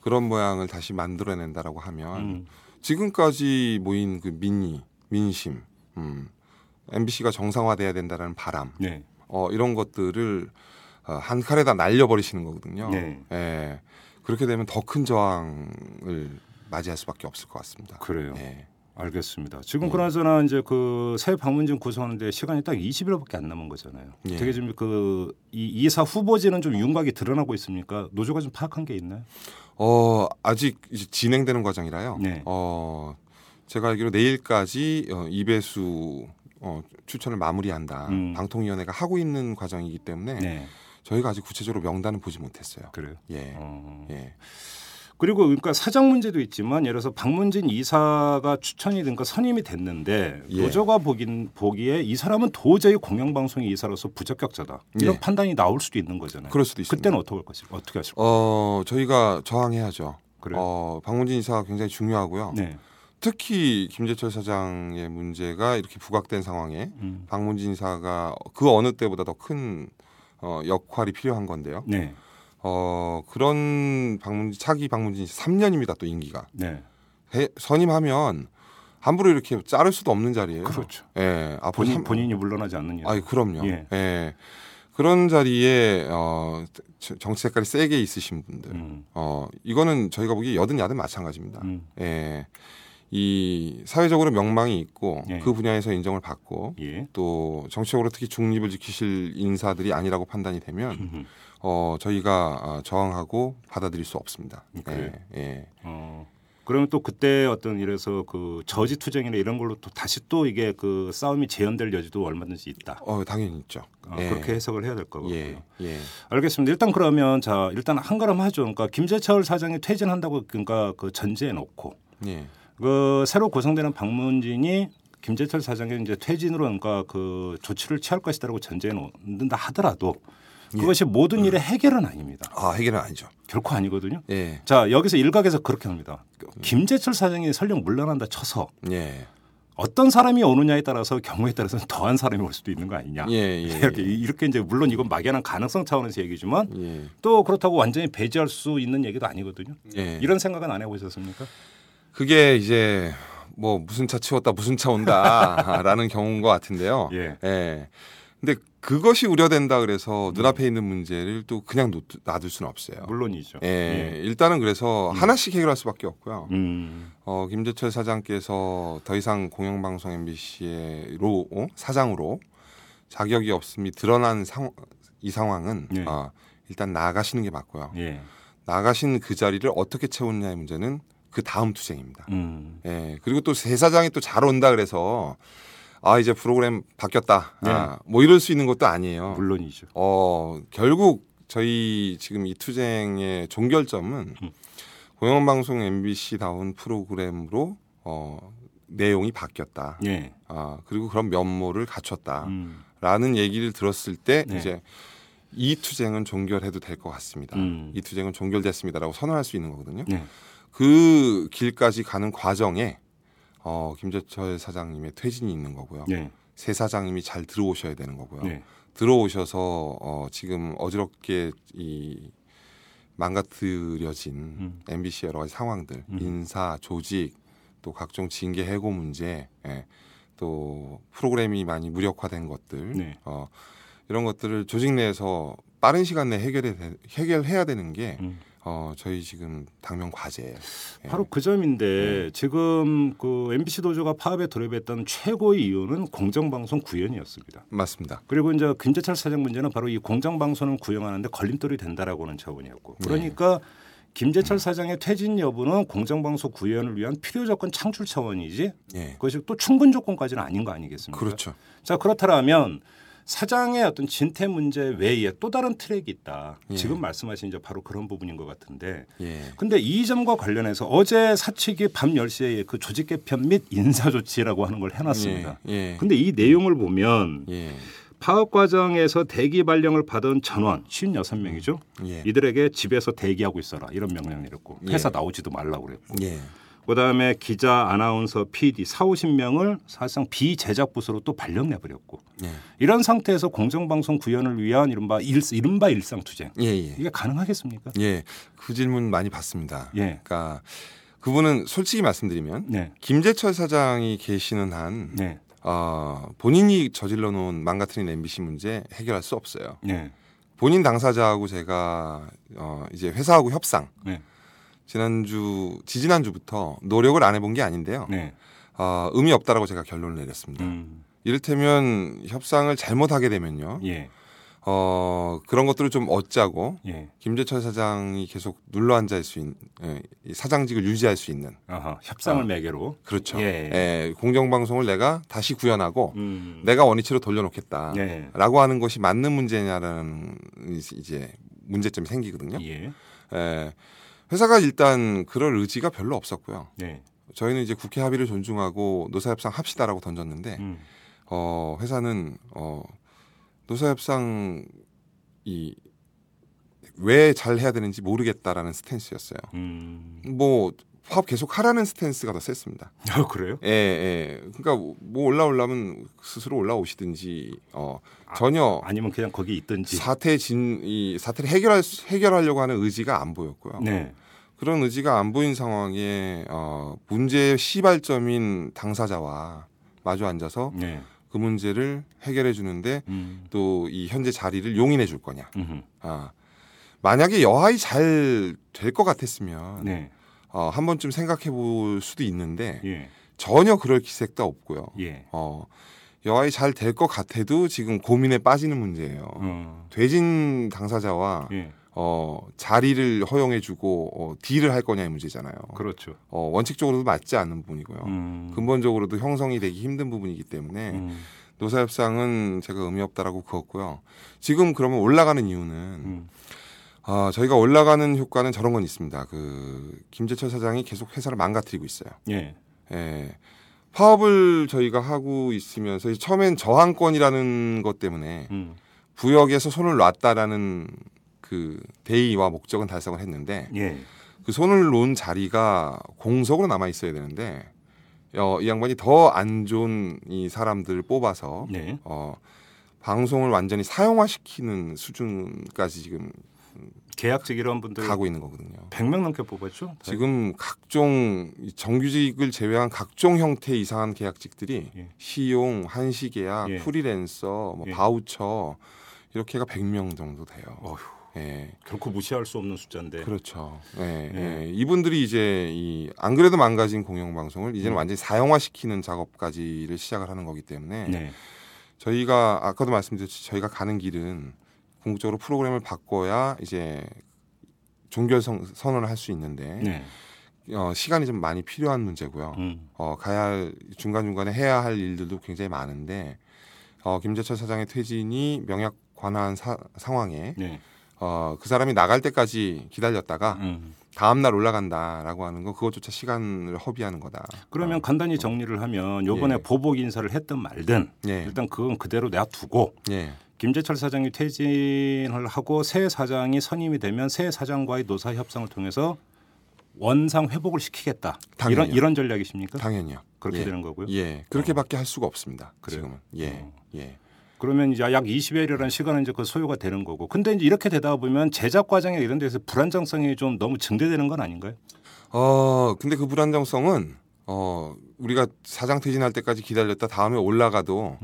Speaker 9: 그런 모양을 다시 만들어낸다라고 하면
Speaker 2: 음.
Speaker 9: 지금까지 모인 그 민의, 민심, 음, MBC가 정상화돼야 된다라는 바람,
Speaker 2: 네.
Speaker 9: 어, 이런 것들을 어, 한 칼에다 날려버리시는 거거든요.
Speaker 2: 네.
Speaker 9: 예. 그렇게 되면 더 큰 저항을 맞이할 수밖에 없을 것 같습니다.
Speaker 2: 그래요.
Speaker 9: 예.
Speaker 2: 알겠습니다. 지금
Speaker 9: 네.
Speaker 2: 그나저나 이제 그 새 방문진 구성하는데 시간이 딱 20일밖에 안 남은 거잖아요.
Speaker 9: 예.
Speaker 2: 되게 좀그이 이사 후보지는 좀 윤곽이 드러나고 있습니까? 노조가 좀 파악한 게 있나요?
Speaker 9: 어, 아직 이제 진행되는 과정이라요.
Speaker 2: 네.
Speaker 9: 어, 제가 알기로 내일까지 어, 2배수 어, 추천을 마무리한다.
Speaker 2: 음.
Speaker 9: 방통위원회가 하고 있는 과정이기 때문에
Speaker 2: 네.
Speaker 9: 저희가 아직 구체적으로 명단은 보지 못했어요.
Speaker 2: 그래요.
Speaker 9: 예.
Speaker 2: 어.
Speaker 9: 예.
Speaker 2: 그리고 그러니까 사장 문제도 있지만 예를 들어서 박문진 이사가 추천이 된가 선임이 됐는데
Speaker 9: 예.
Speaker 2: 노조가 보긴 보기에 이 사람은 도저히 공영방송의 이사로서 부적격자다 이런
Speaker 9: 예.
Speaker 2: 판단이 나올 수도 있는 거잖아요.
Speaker 9: 그럴 수도 있습니다.
Speaker 2: 그때는 어떻게 할 것이 어떻게 하실 거예요?
Speaker 9: 어, 저희가 저항해야죠.
Speaker 2: 그래요?
Speaker 9: 어, 방문진 이사가 굉장히 중요하고요.
Speaker 2: 네.
Speaker 9: 특히 김재철 사장의 문제가 이렇게 부각된 상황에
Speaker 2: 음.
Speaker 9: 박문진 이사가 그 어느 때보다 더 큰 어, 역할이 필요한 건데요.
Speaker 2: 네.
Speaker 9: 어, 그런 박문진 차기 박문진 3년입니다. 또 임기가
Speaker 2: 네.
Speaker 9: 해- 선임하면 함부로 이렇게 자를 수도 없는 자리예요.
Speaker 2: 그렇죠.
Speaker 9: 예, 앞으로
Speaker 2: 본인
Speaker 9: 삼-
Speaker 2: 본인이 물러나지 않는 일.
Speaker 9: 아이 그럼요.
Speaker 2: 예.
Speaker 9: 예. 그런 자리에 어, 저- 정치 색깔이 세게 있으신 분들,
Speaker 2: 음.
Speaker 9: 어 이거는 저희가 보기 여든 야든 마찬가지입니다.
Speaker 2: 음.
Speaker 9: 예. 이 사회적으로 명망이 있고
Speaker 2: 예.
Speaker 9: 그 분야에서 인정을 받고
Speaker 2: 예.
Speaker 9: 또 정치적으로 특히 중립을 지키실 인사들이 아니라고 판단이 되면 어 저희가 어, 저항하고 받아들일 수 없습니다.
Speaker 2: 그래요?
Speaker 9: 예. 예.
Speaker 2: 어. 그러면 또 그때 어떤 이래서 그 저지 투쟁이나 이런 걸로 또 다시 또 이게 그 싸움이 재현될 여지도 얼마든지 있다.
Speaker 9: 어 당연히 있죠.
Speaker 2: 어,
Speaker 9: 예.
Speaker 2: 그렇게 해석을 해야 될 거고요.
Speaker 9: 예. 예.
Speaker 2: 알겠습니다. 일단 그러면 자 일단 한 걸음 하죠. 그러니까 김재철 사장이 퇴진한다고 그러니까 그 전제해 놓고
Speaker 9: 예.
Speaker 2: 그 새로 구성되는 박문진이 김재철 사장의 이제 퇴진으로 그러니까 그 조치를 취할 것이다라고 전제해 놓는다 하더라도
Speaker 9: 예.
Speaker 2: 그것이
Speaker 9: 음.
Speaker 2: 모든 일의 해결은 아닙니다.
Speaker 9: 아 해결은 아니죠.
Speaker 2: 결코 아니거든요.
Speaker 9: 예.
Speaker 2: 자 여기서 일각에서 그렇게 합니다. 김재철 사장이 설령 물러난다 쳐서
Speaker 9: 예.
Speaker 2: 어떤 사람이 오느냐에 따라서 경우에 따라서는 더한 사람이 올 수도 있는 거 아니냐.
Speaker 9: 예, 예,
Speaker 2: 이렇게
Speaker 9: 예.
Speaker 2: 이렇게 이제 물론 이건 막연한 가능성 차원에서 얘기지만
Speaker 9: 예.
Speaker 2: 또 그렇다고 완전히 배제할 수 있는 얘기도 아니거든요.
Speaker 9: 예.
Speaker 2: 이런 생각은 안 해보셨습니까?
Speaker 9: 그게 이제 뭐 무슨 차 치웠다 무슨 차 온다라는 경우인 것 같은데요.
Speaker 2: 예.
Speaker 9: 근데 그것이 우려된다 그래서 눈앞에 있는 문제를 또 그냥 놓, 놔둘 수는 없어요.
Speaker 2: 음. 물론이죠.
Speaker 9: 예. 일단은 그래서 하나씩 해결할 수밖에 없고요.
Speaker 2: 음.
Speaker 9: 어, 김재철 사장께서 더 이상 공영방송 MBC로 어? 사장으로 자격이 없음이 드러난 상, 이 상황은
Speaker 2: 예.
Speaker 9: 어, 일단 나가시는 게 맞고요.
Speaker 2: 예.
Speaker 9: 나가신 그 자리를 어떻게 채우느냐의 문제는 그 다음 투쟁입니다.
Speaker 2: 음.
Speaker 9: 예. 그리고 또 새 사장이 또 잘 온다 그래서 아 이제 프로그램 바뀌었다. 아, 뭐 이럴 수 있는 것도 아니에요.
Speaker 2: 네. 물론이죠.
Speaker 9: 어 결국 저희 지금 이 투쟁의 종결점은
Speaker 2: 음.
Speaker 9: 공영방송 MBC다운 프로그램으로 어 내용이 바뀌었다.
Speaker 2: 예.
Speaker 9: 아 그리고 그런 면모를 갖췄다라는
Speaker 2: 음.
Speaker 9: 얘기를 들었을 때
Speaker 2: 네.
Speaker 9: 이제 이 투쟁은 종결해도 될 것 같습니다.
Speaker 2: 음.
Speaker 9: 이 투쟁은 종결됐습니다라고 선언할 수 있는 거거든요.
Speaker 2: 네.
Speaker 9: 그 길까지 가는 과정에 어, 김재철 사장님의 퇴진이 있는 거고요.
Speaker 2: 예.
Speaker 9: 새 사장님이 잘 들어오셔야 되는 거고요.
Speaker 2: 네.
Speaker 9: 들어오셔서 어, 지금 어지럽게 이 망가뜨려진 MBC 여러 가지 상황들,
Speaker 2: 음.
Speaker 9: 인사, 조직, 또 각종 징계 해고 문제, 예. 또 프로그램이 많이 무력화된 것들,
Speaker 2: 네.
Speaker 9: 어, 이런 것들을 조직 내에서 빠른 시간 내에 해결해, 해결해야 되는 게
Speaker 2: 음.
Speaker 9: 어, 저희 지금 당면 과제예요. 예.
Speaker 2: 바로 그 점인데 지금 그 MBC 도조가 파업에 돌입했던 최고의 이유는 공정방송 구현이었습니다.
Speaker 9: 맞습니다.
Speaker 2: 그리고 이제 김재철 사장 문제는 바로 이 공정방송을 구형하는데 걸림돌이 된다라고 하는 차원이었고 그러니까
Speaker 9: 네.
Speaker 2: 김재철
Speaker 9: 음.
Speaker 2: 사장의 퇴진 여부는 공정방송 구현을 위한 필요 조건 창출 차원이지
Speaker 9: 예.
Speaker 2: 그것이 또 충분 조건까지는 아닌 거 아니겠습니까?
Speaker 9: 그렇죠.
Speaker 2: 자 그렇다면 사장의 어떤 진퇴 문제 외에 또 다른 트랙이 있다.
Speaker 9: 예.
Speaker 2: 지금 말씀하신 이제 바로 그런 부분인 것 같은데
Speaker 9: 예.
Speaker 2: 근데 이 점과 관련해서 어제 사측이 밤 10시에 그 조직 개편 및 인사 조치라고 하는 걸 해놨습니다.
Speaker 9: 예.
Speaker 2: 근데 이 내용을 보면
Speaker 9: 예.
Speaker 2: 파업 과정에서 대기 발령을 받은 전원 56명이죠.
Speaker 9: 예.
Speaker 2: 이들에게 집에서 대기하고 있어라 이런 명령 내렸고 회사
Speaker 9: 예.
Speaker 2: 나오지도 말라고 그랬고
Speaker 9: 예.
Speaker 2: 그다음에 기자, 아나운서, PD 4, 50명을 사실상 비제작 부서로 또 발령 내버렸고
Speaker 9: 예.
Speaker 2: 이런 상태에서 공정방송 구현을 위한 이른바, 일, 이른바 일상투쟁
Speaker 9: 예. 예.
Speaker 2: 이게 가능하겠습니까?
Speaker 9: 예, 그 질문 많이 받습니다.
Speaker 2: 예.
Speaker 9: 그러니까 그분은 솔직히 말씀드리면
Speaker 2: 네.
Speaker 9: 김재철 사장이 계시는 한
Speaker 2: 네.
Speaker 9: 어, 본인이 저질러 놓은 망가뜨린 MBC 문제 해결할 수 없어요.
Speaker 2: 네.
Speaker 9: 본인 당사자하고 제가 어, 이제 회사하고 협상
Speaker 2: 네.
Speaker 9: 지난주 지지난주부터 노력을 안 해본 게 아닌데요.
Speaker 2: 네.
Speaker 9: 어, 의미 없다라고 제가 결론을 내렸습니다.
Speaker 2: 음.
Speaker 9: 이를테면 협상을 잘못하게 되면요.
Speaker 2: 예.
Speaker 9: 어, 그런 것들을 좀 얻자고
Speaker 2: 예.
Speaker 9: 김재철 사장이 계속 눌러 앉아 있을 수 있는 예, 이 사장직을 유지할 수 있는
Speaker 2: 아하, 협상을 매개로.
Speaker 9: 그렇죠.
Speaker 2: 예.
Speaker 9: 예, 공정방송을 내가 다시 구현하고
Speaker 2: 음.
Speaker 9: 내가 원위치로 돌려놓겠다라고
Speaker 2: 네.
Speaker 9: 하는 것이 맞는 문제냐라는 이- 이제 문제점이 생기거든요.
Speaker 2: 예.
Speaker 9: 예, 회사가 일단 그럴 의지가 별로 없었고요.
Speaker 2: 네.
Speaker 9: 저희는 이제 국회 합의를 존중하고 노사협상 합시다라고 던졌는데
Speaker 2: 음.
Speaker 9: 어, 회사는 어, 노사협상 이왜 잘 해야 되는지 모르겠다라는 스탠스였어요.
Speaker 2: 음.
Speaker 9: 뭐 파업 계속 하라는 스탠스가 더 셌습니다.
Speaker 2: 아, 그래요?
Speaker 9: 예, 예. 그러니까 뭐 올라오려면 스스로 올라오시든지 어 전혀
Speaker 2: 아니면 그냥 거기 있든지.
Speaker 9: 사태 진이 사태를 해결할 수- 해결하려고 하는 의지가 안 보였고요.
Speaker 2: 네.
Speaker 9: 그런 의지가 안 보인 상황에 어 문제의 시발점인 당사자와 마주 앉아서
Speaker 2: 네.
Speaker 9: 그 문제를 해결해 주는데
Speaker 2: 음.
Speaker 9: 또 이 현재 자리를 용인해 줄 거냐.
Speaker 2: 음흠.
Speaker 9: 아 만약에 여하이 잘 될 것 같았으면
Speaker 2: 네.
Speaker 9: 어, 한 번쯤 생각해 볼 수도 있는데
Speaker 2: 예.
Speaker 9: 전혀 그럴 기색도 없고요.
Speaker 2: 예.
Speaker 9: 어, 여하이 잘 될 것 같아도 지금 고민에 빠지는 문제예요.
Speaker 2: 어.
Speaker 9: 돼진 당사자와
Speaker 2: 예.
Speaker 9: 어, 자리를 허용해주고 어, 딜을 할 거냐의 문제잖아요.
Speaker 2: 그렇죠.
Speaker 9: 어, 원칙적으로도 맞지 않는 부분이고요.
Speaker 2: 음.
Speaker 9: 근본적으로도 형성이 되기 힘든 부분이기 때문에
Speaker 2: 음.
Speaker 9: 노사협상은 제가 의미 없다라고 그었고요. 지금 그러면 올라가는 이유는
Speaker 2: 음.
Speaker 9: 아, 저희가 올라가는 효과는 저런 건 있습니다. 그 김재철 사장이 계속 회사를 망가뜨리고 있어요.
Speaker 2: 예.
Speaker 9: 예. 파업을 저희가 하고 있으면서 이제 처음엔 저항권이라는 것 때문에
Speaker 2: 음.
Speaker 9: 부역에서 손을 놨다라는 그 대의와 목적은 달성을 했는데
Speaker 2: 예.
Speaker 9: 그 손을 놓은 자리가 공석으로 남아 있어야 되는데 어, 이 양반이 더 안 좋은 이 사람들을 뽑아서
Speaker 2: 네.
Speaker 9: 어, 방송을 완전히 사용화시키는 수준까지 지금
Speaker 2: 계약직 이런 분들
Speaker 9: 가고 있는 거거든요.
Speaker 2: 100명 넘게 뽑았죠?
Speaker 9: 지금 각종 이 정규직을 제외한 각종 형태 의 이상한 계약직들이
Speaker 2: 예.
Speaker 9: 시용, 한시계약,
Speaker 2: 예.
Speaker 9: 프리랜서, 뭐
Speaker 2: 예.
Speaker 9: 바우처 이렇게가 100명 정도 돼요.
Speaker 2: 어휴.
Speaker 9: 예.
Speaker 2: 결코 무시할 수 없는 숫자인데.
Speaker 9: 그렇죠. 예,
Speaker 2: 예.
Speaker 9: 예. 이분들이 이제 이 안 그래도 망가진 공영방송을 이제는
Speaker 2: 음.
Speaker 9: 완전히 사용화시키는 작업까지를 시작을 하는 거기 때문에
Speaker 2: 네.
Speaker 9: 저희가 아까도 말씀드렸듯이 저희가 가는 길은 궁극적으로 프로그램을 바꿔야 이제 종결 선- 선언을 할 수 있는데
Speaker 2: 네.
Speaker 9: 어, 시간이 좀 많이 필요한 문제고요.
Speaker 2: 음.
Speaker 9: 어, 가야 할 중간 중간에 해야 할 일들도 굉장히 많은데 어, 김재철 사장의 퇴진이 명약 관한 사- 상황에
Speaker 2: 네.
Speaker 9: 어, 그 사람이 나갈 때까지 기다렸다가
Speaker 2: 음.
Speaker 9: 다음 날 올라간다라고 하는 거 그것조차 시간을 허비하는 거다.
Speaker 2: 그러면
Speaker 9: 어,
Speaker 2: 간단히 정리를 하면 요번에
Speaker 9: 예.
Speaker 2: 보복 인사를 했든 말든
Speaker 9: 예,
Speaker 2: 일단 그건 그대로 놔두고
Speaker 9: 예,
Speaker 2: 김재철 사장이 퇴진을 하고 새 사장이 선임이 되면 새 사장과의 노사 협상을 통해서 원상 회복을 시키겠다.
Speaker 9: 당연히요.
Speaker 2: 이런 이런 전략이십니까?
Speaker 9: 당연히요.
Speaker 2: 그렇게
Speaker 9: 예.
Speaker 2: 되는 거고요. 어.
Speaker 9: 예, 그렇게밖에 할 수가 없습니다.
Speaker 2: 그래요?
Speaker 9: 지금은 예,
Speaker 2: 어.
Speaker 9: 예,
Speaker 2: 그러면 이제 약 20회라는 시간은 이제 그 소요가 되는 거고. 근데 이제 이렇게 되다 보면 제작 과정에 이런 데서 불안정성이 좀 너무 증대되는 건 아닌가요?
Speaker 9: 어 근데 그 불안정성은 어 우리가 사장 퇴진할 때까지 기다렸다 다음에 올라가도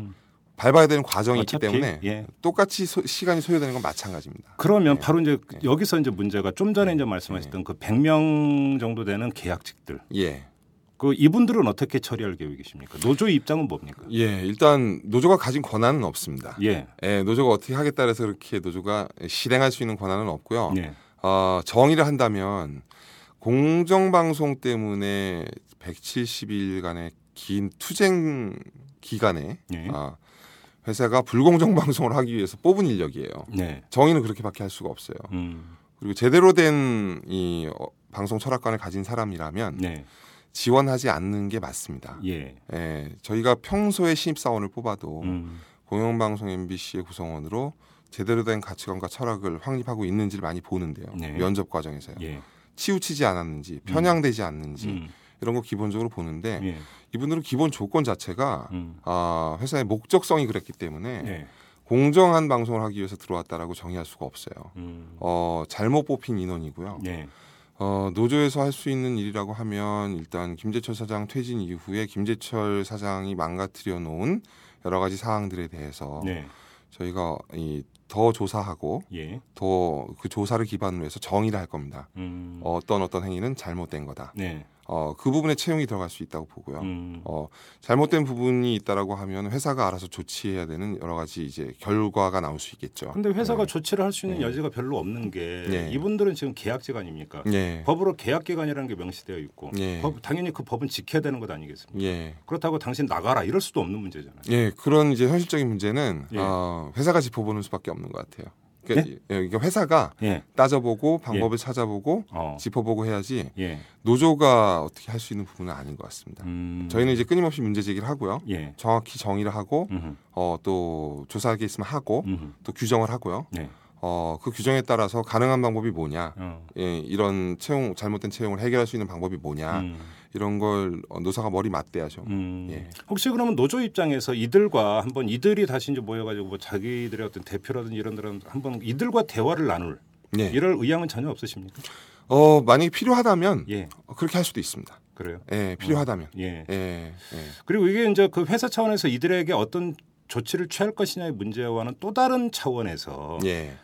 Speaker 9: 밟아야 되는 과정이
Speaker 2: 어차피,
Speaker 9: 있기 때문에
Speaker 2: 예.
Speaker 9: 똑같이 소- 시간이 소요되는 건 마찬가지입니다.
Speaker 2: 그러면
Speaker 9: 예.
Speaker 2: 바로 이제 여기서 이제 문제가 좀 전에 이제 말씀하셨던 그 100명 정도 되는 계약직들.
Speaker 9: 예.
Speaker 2: 그 이분들은 어떻게 처리할 계획이십니까? 노조의 입장은 뭡니까?
Speaker 9: 예, 일단 노조가 가진 권한은 없습니다.
Speaker 2: 예.
Speaker 9: 예, 노조가 어떻게 하겠다 해서 그렇게 노조가 실행할 수 있는 권한은 없고요.
Speaker 2: 예.
Speaker 9: 어, 정의를 한다면 공정방송 때문에 170일간의 긴 투쟁 기간에
Speaker 2: 예.
Speaker 9: 아, 회사가 불공정 방송을 하기 위해서 뽑은 인력이에요.
Speaker 2: 네.
Speaker 9: 정의는 그렇게밖에 할 수가 없어요.
Speaker 2: 음.
Speaker 9: 그리고 제대로 된 이 어, 방송 철학관을 가진 사람이라면
Speaker 2: 네.
Speaker 9: 지원하지 않는 게 맞습니다.
Speaker 2: 예.
Speaker 9: 예, 저희가 평소에 신입사원을 뽑아도
Speaker 2: 음.
Speaker 9: 공영방송 MBC의 구성원으로 제대로 된 가치관과 철학을 확립하고 있는지를 많이 보는데요.
Speaker 2: 네.
Speaker 9: 면접 과정에서요.
Speaker 2: 예.
Speaker 9: 치우치지 않았는지 편향되지 않는지
Speaker 2: 음.
Speaker 9: 이런 거 기본적으로 보는데
Speaker 2: 예.
Speaker 9: 이분들은 기본 조건 자체가
Speaker 2: 음.
Speaker 9: 아, 회사의 목적성이 그랬기 때문에
Speaker 2: 예.
Speaker 9: 공정한 방송을 하기 위해서 들어왔다라고 정의할 수가 없어요.
Speaker 2: 음.
Speaker 9: 어, 잘못 뽑힌 인원이고요.
Speaker 2: 예.
Speaker 9: 어, 노조에서 할 수 있는 일이라고 하면 일단 김재철 사장 퇴진 이후에 김재철 사장이 망가뜨려 놓은 여러 가지 사항들에 대해서
Speaker 2: 네.
Speaker 9: 저희가 이 더 조사하고
Speaker 2: 예.
Speaker 9: 더 그 조사를 기반으로 해서 정의를 할 겁니다.
Speaker 2: 음.
Speaker 9: 어떤 어떤 행위는 잘못된 거다.
Speaker 2: 네.
Speaker 9: 어, 그 부분에 채용이 들어갈 수 있다고 보고요.
Speaker 2: 음.
Speaker 9: 어, 잘못된 부분이 있다라고 하면 회사가 알아서 조치해야 되는 여러 가지 이제 결과가 나올 수 있겠죠.
Speaker 2: 근데 회사가
Speaker 9: 네.
Speaker 2: 조치를 할 수 있는
Speaker 9: 네.
Speaker 2: 여지가 별로 없는 게
Speaker 9: 네.
Speaker 2: 이분들은 지금 계약직 아닙니까?
Speaker 9: 예.
Speaker 2: 법으로 계약 기간이라는 게 명시되어 있고
Speaker 9: 예.
Speaker 2: 법- 당연히 그 법은 지켜야 되는 것 아니겠습니까?
Speaker 9: 예.
Speaker 2: 그렇다고 당신 나가라 이럴 수도 없는 문제잖아요.
Speaker 9: 예, 그런 이제 현실적인 문제는
Speaker 2: 예.
Speaker 9: 어, 회사가 짚어보는 수밖에 없는 것 같아요. 그러니까, 예? 그러니까 회사가
Speaker 2: 예.
Speaker 9: 따져보고 방법을 찾아보고
Speaker 2: 어.
Speaker 9: 짚어보고 해야지
Speaker 2: 예.
Speaker 9: 노조가 어떻게 할 수 있는 부분은 아닌 것 같습니다.
Speaker 2: 음.
Speaker 9: 저희는 이제 끊임없이 문제 제기를 하고요.
Speaker 2: 예.
Speaker 9: 정확히 정의를 하고
Speaker 2: 음.
Speaker 9: 어, 또 조사할 게 있으면 하고
Speaker 2: 음.
Speaker 9: 또 규정을 하고요.
Speaker 2: 네.
Speaker 9: 어, 그 규정에 따라서 가능한 방법이 뭐냐,
Speaker 2: 어.
Speaker 9: 예, 이런 채용 잘못된 채용을 해결할 수 있는 방법이 뭐냐
Speaker 2: 음.
Speaker 9: 이런 걸 어, 노사가 머리 맞대야죠.
Speaker 2: 음.
Speaker 9: 예.
Speaker 2: 혹시 그러면 노조 입장에서 이들과 한번 이들이 다시 이제 모여가지고 뭐 자기들의 어떤 대표라든지 이런 데랑 한번 이들과 대화를 나눌
Speaker 9: 예.
Speaker 2: 이럴 의향은 전혀 없으십니까?
Speaker 9: 어, 만약에 필요하다면
Speaker 2: 예,
Speaker 9: 어, 그렇게 할 수도 있습니다.
Speaker 2: 그래요.
Speaker 9: 예, 필요하다면.
Speaker 2: 예.
Speaker 9: 예, 예.
Speaker 2: 그리고 이게 이제 그 회사 차원에서 이들에게 어떤 조치를 취할 것이냐의 문제와는 또 다른 차원에서
Speaker 9: 예.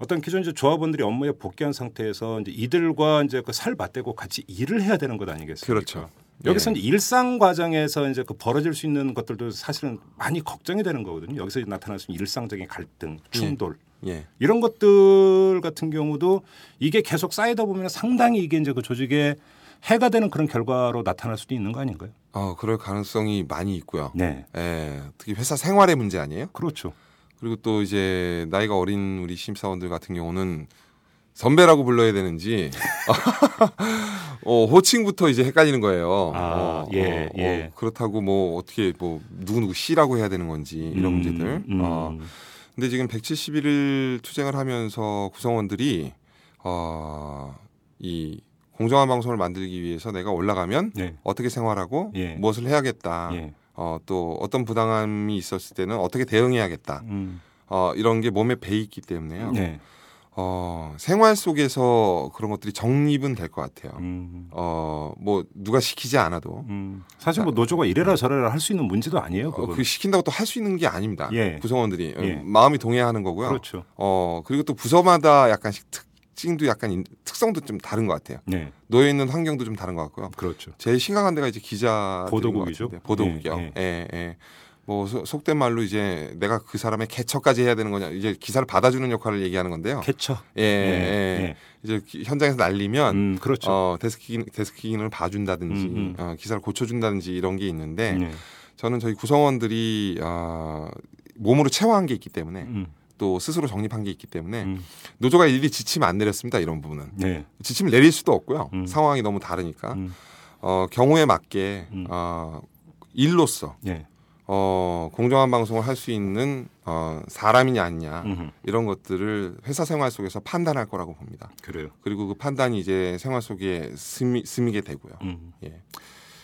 Speaker 2: 어떤 기존 이제 조합원들이 업무에 복귀한 상태에서 이제 이들과 이제 그 살 맞대고 같이 일을 해야 되는 것 아니겠습니까?
Speaker 9: 그렇죠.
Speaker 2: 여기서
Speaker 9: 예.
Speaker 2: 이제 일상 과정에서 이제 그 벌어질 수 있는 것들도 사실은 많이 걱정이 되는 거거든요. 여기서 이제 나타날 수 있는 일상적인 갈등, 충돌
Speaker 9: 예.
Speaker 2: 이런 것들 같은 경우도 이게 계속 쌓이다 보면 상당히 이게 이제 그 조직에 해가 되는 그런 결과로 나타날 수도 있는 거 아닌가요?
Speaker 9: 어, 그럴 가능성이 많이 있고요.
Speaker 2: 네,
Speaker 9: 예. 특히 회사 생활의 문제 아니에요?
Speaker 2: 그렇죠.
Speaker 9: 그리고 또 이제 나이가 어린 우리 심사원들 같은 경우는 선배라고 불러야 되는지 어, 호칭부터 이제 헷갈리는 거예요.
Speaker 2: 아,
Speaker 9: 어,
Speaker 2: 예, 예.
Speaker 9: 그렇다고 뭐 어떻게 뭐 누구누구 씨라고 해야 되는 건지
Speaker 2: 음,
Speaker 9: 이런 문제들.
Speaker 2: 음.
Speaker 9: 어, 근데 지금 171일 투쟁을 하면서 구성원들이 어, 이 공정한 방송을 만들기 위해서 내가 올라가면
Speaker 2: 네.
Speaker 9: 어떻게 생활하고
Speaker 2: 예.
Speaker 9: 무엇을 해야겠다.
Speaker 2: 예.
Speaker 9: 어, 또 어떤 부당함이 있었을 때는 어떻게 대응해야겠다.
Speaker 2: 음.
Speaker 9: 어, 이런 게 몸에 배 있기 때문에요.
Speaker 2: 네.
Speaker 9: 어, 생활 속에서 그런 것들이 정립은 될 것 같아요.
Speaker 2: 음.
Speaker 9: 어, 뭐 누가 시키지 않아도
Speaker 2: 음. 사실 뭐 노조가 이래라 저래라 할 수 있는 문제도 아니에요.
Speaker 9: 어,
Speaker 2: 그거.
Speaker 9: 그 시킨다고 또 할 수 있는 게 아닙니다.
Speaker 2: 예.
Speaker 9: 구성원들이
Speaker 2: 예.
Speaker 9: 마음이 동의하는 거고요.
Speaker 2: 그렇죠.
Speaker 9: 어, 그리고 또 부서마다 약간씩 특징도 약간 인- 특성도 좀 다른 것 같아요.
Speaker 2: 네,
Speaker 9: 놓여 있는 환경도 좀 다른 것 같고요.
Speaker 2: 그렇죠.
Speaker 9: 제일 심각한 데가 이제 기자
Speaker 2: 보도국이죠.
Speaker 9: 보도국이요.
Speaker 2: 예,
Speaker 9: 예, 예. 뭐 소- 속된 말로 이제 내가 그 사람의 개처까지 해야 되는 거냐 이제 기사를 받아주는 역할을 얘기하는 건데요.
Speaker 2: 캐쳐.
Speaker 9: 예,
Speaker 2: 예,
Speaker 9: 예.
Speaker 2: 예.
Speaker 9: 이제 기- 현장에서 날리면
Speaker 2: 음, 그렇죠.
Speaker 9: 어, 데스킹 데스킹을 봐준다든지
Speaker 2: 음, 음.
Speaker 9: 어, 기사를 고쳐준다든지 이런 게 있는데
Speaker 2: 네.
Speaker 9: 저는 저희 구성원들이 어, 몸으로 체화한 게 있기 때문에
Speaker 2: 음,
Speaker 9: 또 스스로 정립한 게 있기 때문에
Speaker 2: 음.
Speaker 9: 노조가 일일이 지침 안 내렸습니다. 이런 부분은
Speaker 2: 네.
Speaker 9: 지침을 내릴 수도 없고요.
Speaker 2: 음.
Speaker 9: 상황이 너무 다르니까
Speaker 2: 음.
Speaker 9: 어, 경우에 맞게
Speaker 2: 음.
Speaker 9: 어, 일로서
Speaker 2: 네.
Speaker 9: 어, 공정한 방송을 할 수 있는 어, 사람이냐 아니냐
Speaker 2: 음.
Speaker 9: 이런 것들을 회사 생활 속에서 판단할 거라고 봅니다.
Speaker 2: 그래요.
Speaker 9: 그리고 그 판단이 이제 생활 속에 스미, 스미게 되고요.
Speaker 2: 음.
Speaker 9: 예.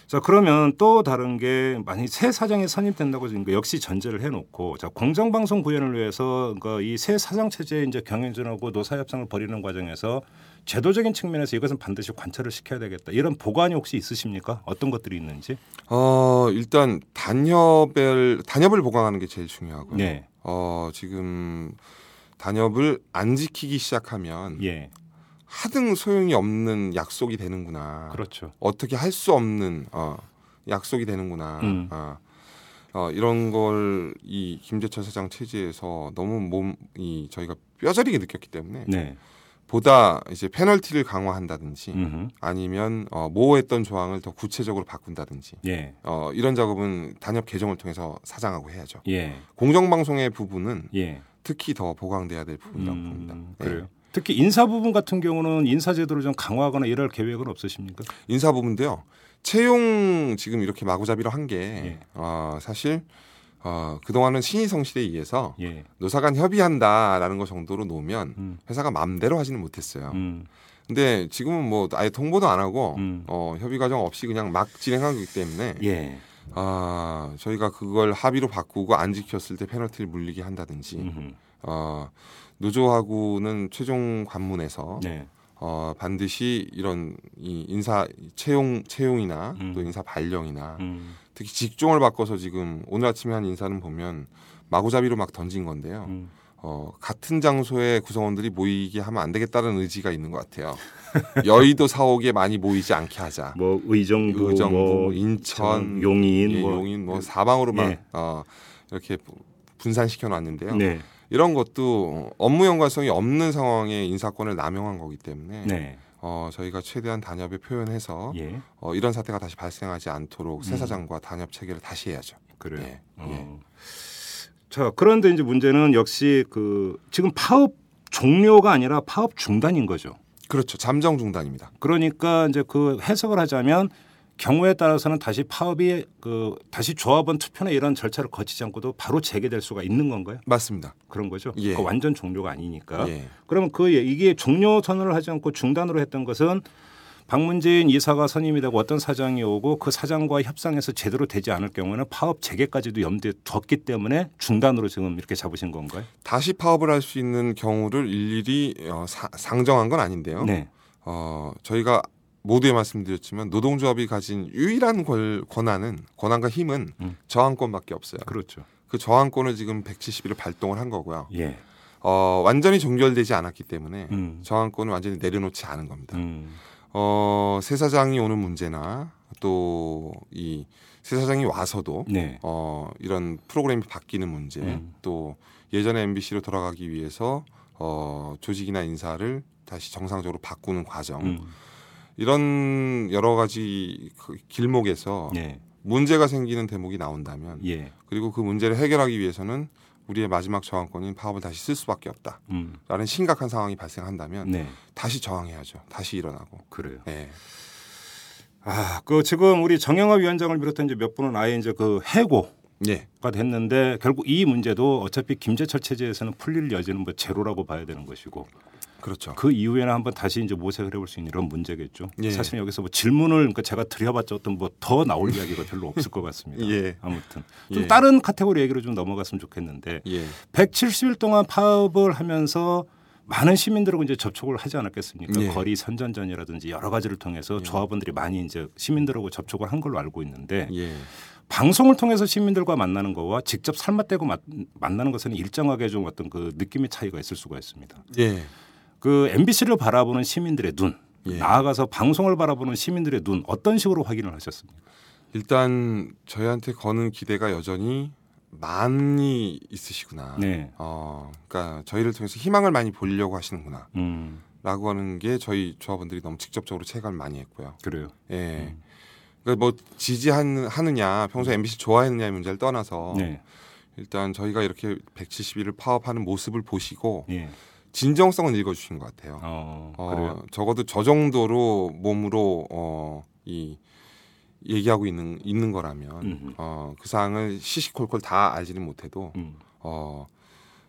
Speaker 2: 자 그러면 또 다른 게 만약 새 사장이 선임된다고 지금 역시 전제를 해놓고 자 공정방송 구현을 위해서 그러니까 이새 사장 체제의 이제 경영진하고 노사협상을 벌이는 과정에서 제도적인 측면에서 이것은 반드시 관찰을 시켜야 되겠다 이런 보관이 혹시 있으십니까? 어떤 것들이 있는지?
Speaker 9: 어 일단 단협을 단협을 보강하는 게 제일 중요하고요.
Speaker 2: 네,
Speaker 9: 어 지금 단협을 안 지키기 시작하면
Speaker 2: 예,
Speaker 9: 하등 소용이 없는 약속이 되는구나.
Speaker 2: 그렇죠.
Speaker 9: 어떻게 할 수 없는 어, 약속이 되는구나.
Speaker 2: 음.
Speaker 9: 아, 어, 이런 걸 이 김재철 사장 체제에서 너무 몸이 저희가 뼈저리게 느꼈기 때문에
Speaker 2: 네,
Speaker 9: 보다 이제 페널티를 강화한다든지
Speaker 2: 음흠.
Speaker 9: 아니면 어, 모호했던 조항을 더 구체적으로 바꾼다든지
Speaker 2: 예,
Speaker 9: 어, 이런 작업은 단협 개정을 통해서 사장하고 해야죠.
Speaker 2: 예,
Speaker 9: 공정방송의 부분은
Speaker 2: 예.
Speaker 9: 특히 더 보강돼야 될 부분이라고
Speaker 2: 음,
Speaker 9: 봅니다. 네.
Speaker 2: 그래요. 특히 인사 부분 같은 경우는 인사 제도를 좀 강화하거나 이럴 계획은 없으십니까?
Speaker 9: 인사 부분도요. 채용 지금 이렇게 마구잡이로 한 게
Speaker 2: 예.
Speaker 9: 어, 사실 어, 그동안은 신의성 실에 의해서
Speaker 2: 예.
Speaker 9: 노사간 협의한다라는 것 정도로 놓으면
Speaker 2: 음.
Speaker 9: 회사가 마음대로 하지는 못했어요.
Speaker 2: 음.
Speaker 9: 근데 지금은 뭐 아예 통보도 안 하고
Speaker 2: 음.
Speaker 9: 어, 협의 과정 없이 그냥 막 진행하기 때문에
Speaker 2: 예.
Speaker 9: 아, 저희가 그걸 합의로 바꾸고 안 지켰을 때 페널티를 물리게 한다든지
Speaker 2: 음흠.
Speaker 9: 어, 노조하고는 최종 관문에서
Speaker 2: 네.
Speaker 9: 어, 반드시 이런 이 인사 채용 채용이나
Speaker 2: 음.
Speaker 9: 또 인사 발령이나
Speaker 2: 음.
Speaker 9: 특히 직종을 바꿔서 지금 오늘 아침에 한 인사는 보면 마구잡이로 막 던진 건데요.
Speaker 2: 음.
Speaker 9: 어, 같은 장소에 구성원들이 모이게 하면 안 되겠다는 의지가 있는 것 같아요. 여의도 사옥에 많이 모이지 않게 하자.
Speaker 2: 뭐 의정부,
Speaker 9: 아, 그 의정부,
Speaker 2: 뭐
Speaker 9: 인천,
Speaker 2: 용인,
Speaker 9: 예,
Speaker 2: 뭐
Speaker 9: 용인 뭐 사방으로만
Speaker 2: 예.
Speaker 9: 어, 이렇게 분산시켜 놨는데요.
Speaker 2: 네.
Speaker 9: 이런 것도 업무 연관성이 없는 상황에 인사권을 남용한 거기 때문에
Speaker 2: 네.
Speaker 9: 어, 저희가 최대한 단협에 표현해서
Speaker 2: 예.
Speaker 9: 어, 이런 사태가 다시 발생하지 않도록 새
Speaker 2: 음.
Speaker 9: 사장과 단협 체계를 다시 해야죠.
Speaker 2: 그래요.
Speaker 9: 예, 예.
Speaker 2: 어. 자, 그런데 이제 문제는 역시 그 지금 파업 종료가 아니라 파업 중단인 거죠.
Speaker 9: 그렇죠. 잠정 중단입니다.
Speaker 2: 그러니까 이제 그 해석을 하자면 경우에 따라서는 다시 파업이 그 다시 조합원 투표나 이런 절차를 거치지 않고도 바로 재개될 수가 있는 건가요?
Speaker 9: 맞습니다.
Speaker 2: 그런 거죠.
Speaker 9: 예.
Speaker 2: 그러니까 완전 종료가 아니니까.
Speaker 9: 예.
Speaker 2: 그러면 그 얘- 이게 종료 선언을 하지 않고 중단으로 했던 것은 박문진 이사가 선임이 되고 어떤 사장이 오고 그 사장과 협상해서 제대로 되지 않을 경우에는 파업 재개까지도 염두에 뒀기 때문에 중단으로 지금 이렇게 잡으신 건가요?
Speaker 9: 다시 파업을 할 수 있는 경우를 일일이 어, 사- 상정한 건 아닌데요.
Speaker 2: 네.
Speaker 9: 어, 저희가 모두에 말씀드렸지만 노동조합이 가진 유일한 권, 권한은 권한과 힘은
Speaker 2: 음.
Speaker 9: 저항권밖에 없어요.
Speaker 2: 그렇죠.
Speaker 9: 그 저항권을 지금 170일 발동을 한 거고요.
Speaker 2: 예.
Speaker 9: 어, 완전히 종결되지 않았기 때문에
Speaker 2: 음.
Speaker 9: 저항권을 완전히 내려놓지 않은 겁니다.
Speaker 2: 음.
Speaker 9: 어, 새 사장이 오는 문제나 또 이 새 사장이 와서도
Speaker 2: 네.
Speaker 9: 어, 이런 프로그램이 바뀌는 문제
Speaker 2: 음.
Speaker 9: 또 예전에 MBC로 돌아가기 위해서 어, 조직이나 인사를 다시 정상적으로 바꾸는 과정
Speaker 2: 음.
Speaker 9: 이런 여러 가지 그 길목에서
Speaker 2: 예.
Speaker 9: 문제가 생기는 대목이 나온다면
Speaker 2: 예.
Speaker 9: 그리고 그 문제를 해결하기 위해서는 우리의 마지막 저항권인 파업을 다시 쓸 수밖에 없다라는
Speaker 2: 음.
Speaker 9: 심각한 상황이 발생한다면
Speaker 2: 네.
Speaker 9: 다시 저항해야죠. 다시 일어나고.
Speaker 2: 그래요.
Speaker 9: 예.
Speaker 2: 아, 그 지금 우리 정영화 위원장을 비롯한 이제 몇 분은 아예 이제 그 해고
Speaker 9: 예.
Speaker 2: 가 됐는데 결국 이 문제도 어차피 김재철 체제에서는 풀릴 여지는 뭐 제로라고 봐야 되는 것이고
Speaker 9: 그렇죠.
Speaker 2: 그 이후에는 한번 다시 이제 모색을 해볼 수 있는 이런 문제겠죠.
Speaker 9: 예.
Speaker 2: 사실 여기서 뭐 질문을 그러니까 제가 드려봤자 어떤 뭐 더 나올 이야기가 별로 없을 것 같습니다.
Speaker 9: 예.
Speaker 2: 아무튼 좀
Speaker 9: 예.
Speaker 2: 다른 카테고리 얘기로 좀 넘어갔으면 좋겠는데
Speaker 9: 예.
Speaker 2: 170일 동안 파업을 하면서 많은 시민들하고 이제 접촉을 하지 않았겠습니까?
Speaker 9: 예.
Speaker 2: 거리 선전전이라든지 여러 가지를 통해서 조합원들이 많이 이제 시민들하고 접촉을 한 걸로 알고 있는데
Speaker 9: 예.
Speaker 2: 방송을 통해서 시민들과 만나는 거와 직접 삶아떼고 마- 만나는 것은 일정하게 좀 어떤 그 느낌의 차이가 있을 수가 있습니다.
Speaker 9: 예.
Speaker 2: 그 MBC를 바라보는 시민들의 눈,
Speaker 9: 예.
Speaker 2: 나아가서 방송을 바라보는 시민들의 눈 어떤 식으로 확인을 하셨습니까?
Speaker 9: 일단 저희한테 거는 기대가 여전히 많이 있으시구나.
Speaker 2: 네.
Speaker 9: 어, 그러니까 저희를 통해서 희망을 많이 보려고 하시는구나라고
Speaker 2: 음,
Speaker 9: 하는 게 저희 조합원들이 너무 직접적으로 체감을 많이 했고요.
Speaker 2: 그래요.
Speaker 9: 예.
Speaker 2: 음.
Speaker 9: 그러니까 뭐 지지하느냐, 평소 에 MBC 좋아했느냐의 문제를 떠나서
Speaker 2: 네,
Speaker 9: 일단 저희가 이렇게 171을 파업하는 모습을 보시고
Speaker 2: 예.
Speaker 9: 진정성은 읽어주신 것 같아요.
Speaker 2: 어,
Speaker 9: 어,
Speaker 2: 그래요.
Speaker 9: 적어도 저 정도로 몸으로 어, 이 얘기하고 있는 있는 거라면
Speaker 2: 음흠.
Speaker 9: 어, 그 사항을 시시콜콜 다 알지는 못해도
Speaker 2: 음,
Speaker 9: 어,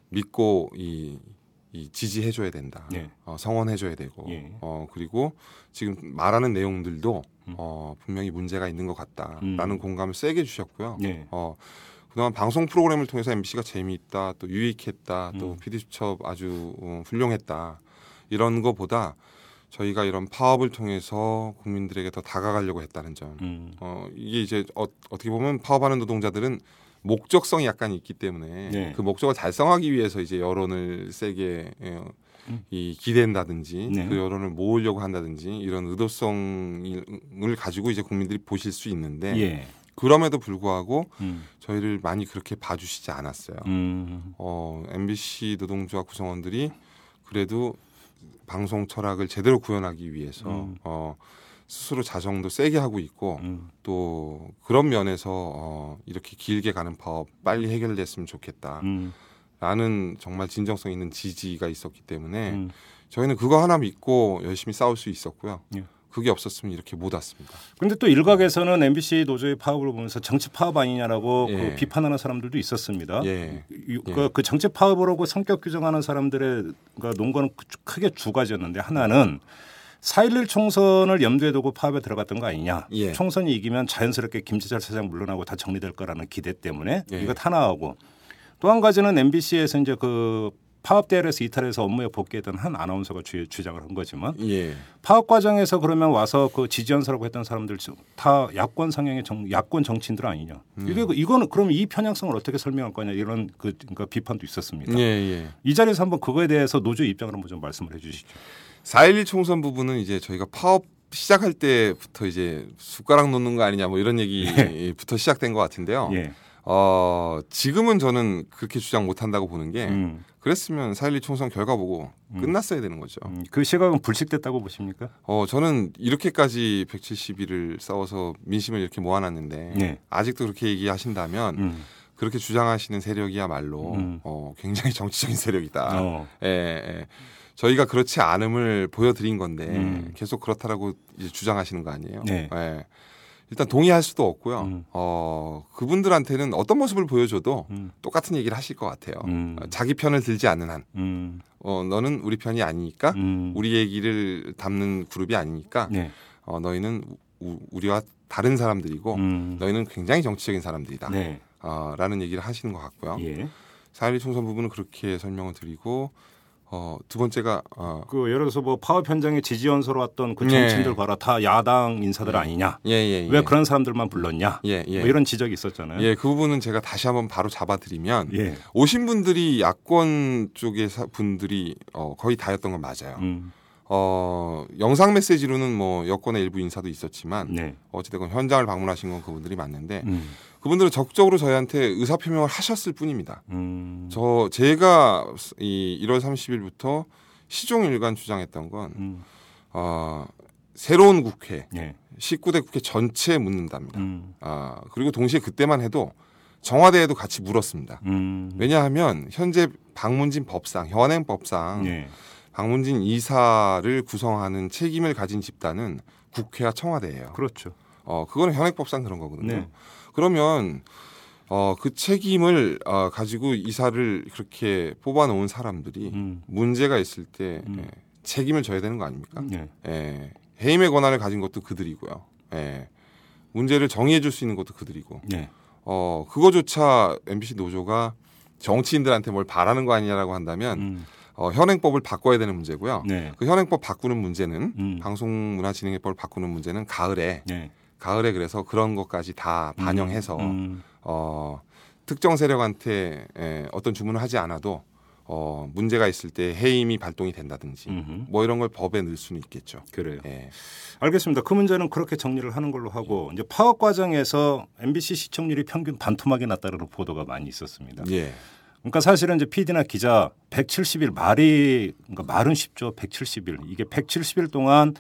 Speaker 9: 믿고 어, 이 이 지지해줘야 된다.
Speaker 2: 예.
Speaker 9: 어, 성원해줘야 되고,
Speaker 2: 예.
Speaker 9: 어, 그리고 지금 말하는 내용들도
Speaker 2: 음.
Speaker 9: 어, 분명히 문제가 있는 것 같다라는
Speaker 2: 음.
Speaker 9: 공감을 세게 주셨고요.
Speaker 2: 예.
Speaker 9: 어, 그동안 방송 프로그램을 통해서 MBC가 재미있다, 또 유익했다, 또
Speaker 2: 음.
Speaker 9: PD수첩 아주 어, 훌륭했다 이런 거보다 저희가 이런 파업을 통해서 국민들에게 더 다가가려고 했다는 점.
Speaker 2: 음.
Speaker 9: 어, 이게 이제 어, 떻게 보면 파업하는 노동자들은 목적성이 약간 있기 때문에
Speaker 2: 네.
Speaker 9: 그 목적을 달성하기 위해서 이제 여론을 세게 어,
Speaker 2: 음.
Speaker 9: 이 기댄다든지
Speaker 2: 네.
Speaker 9: 그 여론을 모으려고 한다든지 이런 의도성을 가지고 이제 국민들이 보실 수 있는데
Speaker 2: 예.
Speaker 9: 그럼에도 불구하고
Speaker 2: 음.
Speaker 9: 저희를 많이 그렇게 봐주시지 않았어요.
Speaker 2: 음.
Speaker 9: 어, MBC 노동조합 구성원들이 그래도 방송 철학을 제대로 구현하기 위해서
Speaker 2: 음.
Speaker 9: 어, 스스로 자성도 세게 하고 있고
Speaker 2: 음.
Speaker 9: 또 그런 면에서 어, 이렇게 길게 가는 파업 빨리 해결됐으면 좋겠다라는
Speaker 2: 음.
Speaker 9: 정말 진정성 있는 지지가 있었기 때문에
Speaker 2: 음.
Speaker 9: 저희는 그거 하나 믿고 열심히 싸울 수 있었고요.
Speaker 2: 예.
Speaker 9: 그게 없었으면 이렇게 못 왔습니다.
Speaker 2: 근데 또 일각에서는 MBC 노조의 파업을 보면서 정치 파업 아니냐라고
Speaker 9: 예.
Speaker 2: 그 비판하는 사람들도 있었습니다.
Speaker 9: 예.
Speaker 2: 유- 그, 그 정치 파업으로고 성격 규정하는 사람들의 그 논거는 크- 크게 두 가지였는데 하나는 4.11 총선을 염두에 두고 파업에 들어갔던 거 아니냐.
Speaker 9: 예.
Speaker 2: 총선이 이기면 자연스럽게 김재철 사장 물러나고 다 정리될 거라는 기대 때문에
Speaker 9: 예.
Speaker 2: 이것 하나하고 또 한 가지는 MBC에서 이제 그 파업 대열에서 이탈해서 업무에 복귀했던 한 아나운서가 주, 주장을 한 거지만
Speaker 9: 예.
Speaker 2: 파업 과정에서 그러면 와서 그 지지연설하고 했던 사람들 중- 다 야권 성향의 정, 야권 정치인들 아니냐.
Speaker 9: 음.
Speaker 2: 이게 그- 이거는 그럼 이 편향성을 어떻게 설명할 거냐 이런 그 그러니까 비판도 있었습니다.
Speaker 9: 예, 예.
Speaker 2: 이 자리에서 한번 그거에 대해서 노조 의 입장을 한번 좀 말씀을 해주시죠.
Speaker 9: 4.11 총선 부분은 이제 저희가 파업 시작할 때부터 이제 숟가락 놓는 거 아니냐 뭐 이런 얘기부터 시작된 것 같은데요.
Speaker 2: 네. 예.
Speaker 9: 어, 지금은 저는 그렇게 주장 못 한다고 보는 게
Speaker 2: 음.
Speaker 9: 그랬으면 4.12 총선 결과 보고 끝났어야 되는 거죠.
Speaker 2: 음, 그 시각은 불식됐다고 보십니까?
Speaker 9: 어, 저는 이렇게까지 170일을 싸워서 민심을 이렇게 모아놨는데
Speaker 2: 네.
Speaker 9: 아직도 그렇게 얘기하신다면
Speaker 2: 음.
Speaker 9: 그렇게 주장하시는 세력이야말로
Speaker 2: 음.
Speaker 9: 어, 굉장히 정치적인 세력이다.
Speaker 2: 어.
Speaker 9: 예, 예. 저희가 그렇지 않음을 보여드린 건데
Speaker 2: 음.
Speaker 9: 계속 그렇다라고 이제 주장하시는 거 아니에요?
Speaker 2: 네.
Speaker 9: 예. 일단 동의할 수도 없고요.
Speaker 2: 음.
Speaker 9: 어, 그분들한테는 어떤 모습을 보여줘도
Speaker 2: 음.
Speaker 9: 똑같은 얘기를 하실 것 같아요.
Speaker 2: 음.
Speaker 9: 어, 자기 편을 들지 않는 한,
Speaker 2: 음.
Speaker 9: 어, 너는 우리 편이 아니니까,
Speaker 2: 음.
Speaker 9: 우리 얘기를 담는 그룹이 아니니까,
Speaker 2: 네.
Speaker 9: 어, 너희는 우, 우리와 다른 사람들이고,
Speaker 2: 음.
Speaker 9: 너희는 굉장히 정치적인 사람들이다.
Speaker 2: 네.
Speaker 9: 어, 라는 얘기를 하시는 것 같고요.
Speaker 2: 예.
Speaker 9: 사일리 총선 부분은 그렇게 설명을 드리고, 어, 두 번째가, 어,
Speaker 2: 그 예를 들어서 뭐 파업 현장에 지지연설 왔던 그
Speaker 9: 예.
Speaker 2: 정치인들 봐라 다 야당 인사들 아니냐.
Speaker 9: 예, 예, 예.
Speaker 2: 왜 그런 사람들만 불렀냐.
Speaker 9: 예, 예.
Speaker 2: 뭐 이런 지적이 있었잖아요.
Speaker 9: 예, 그 부분은 제가 다시 한번 바로 잡아드리면,
Speaker 2: 예.
Speaker 9: 오신 분들이 야권 쪽의 사- 분들이 어, 거의 다였던 건 맞아요.
Speaker 2: 음.
Speaker 9: 어, 영상 메시지로는 뭐 여권의 일부 인사도 있었지만
Speaker 2: 네.
Speaker 9: 어찌됐건 현장을 방문하신 건 그분들이 맞는데
Speaker 2: 음.
Speaker 9: 그분들은 적극적으로 저희한테 의사 표명을 하셨을 뿐입니다.
Speaker 2: 음.
Speaker 9: 저 제가 이 1월 30일부터 시종일관 주장했던 건
Speaker 2: 음.
Speaker 9: 어, 새로운 국회
Speaker 2: 예.
Speaker 9: 19대 국회 전체에 묻는답니다.
Speaker 2: 음.
Speaker 9: 아, 그리고 동시에 그때만 해도 정화대에도 같이 물었습니다.
Speaker 2: 음.
Speaker 9: 왜냐하면 현재 방문진 법상 현행법상
Speaker 2: 예.
Speaker 9: 방문진 이사를 구성하는 책임을 가진 집단은 국회와 청와대예요.
Speaker 2: 그렇죠.
Speaker 9: 어 그거는 현행법상 그런 거거든요.
Speaker 2: 네.
Speaker 9: 그러면 어 그 책임을 어, 가지고 이사를 그렇게 뽑아놓은 사람들이
Speaker 2: 음.
Speaker 9: 문제가 있을 때
Speaker 2: 음.
Speaker 9: 예, 책임을 져야 되는 거 아닙니까?
Speaker 2: 예.
Speaker 9: 예, 해임의 권한을 가진 것도 그들이고요. 예, 문제를 정의해줄 수 있는 것도 그들이고
Speaker 2: 예.
Speaker 9: 어 그거조차 MBC 노조가 정치인들한테 뭘 바라는 거 아니냐라고 한다면
Speaker 2: 음.
Speaker 9: 어, 현행법을 바꿔야 되는 문제고요.
Speaker 2: 네.
Speaker 9: 그 현행법 바꾸는 문제는
Speaker 2: 음.
Speaker 9: 방송문화진흥법을 바꾸는 문제는 가을에
Speaker 2: 예.
Speaker 9: 가을에 그래서 그런 것까지 다 반영해서
Speaker 2: 음.
Speaker 9: 어, 특정 세력한테 에, 어떤 주문을 하지 않아도 어, 문제가 있을 때 해임이 발동이 된다든지
Speaker 2: 음흠.
Speaker 9: 뭐 이런 걸 법에 넣을 수는 있겠죠.
Speaker 2: 그래요.
Speaker 9: 예.
Speaker 2: 네. 알겠습니다. 그 문제는 그렇게 정리를 하는 걸로 하고 이제 파업 과정에서 MBC 시청률이 평균 반토막이 났다는 보도가 많이 있었습니다.
Speaker 9: 예.
Speaker 2: 그러니까 사실은 이제 PD나 기자 170일 말이 그러니까 말은 쉽죠. 170일 이게 170일 동안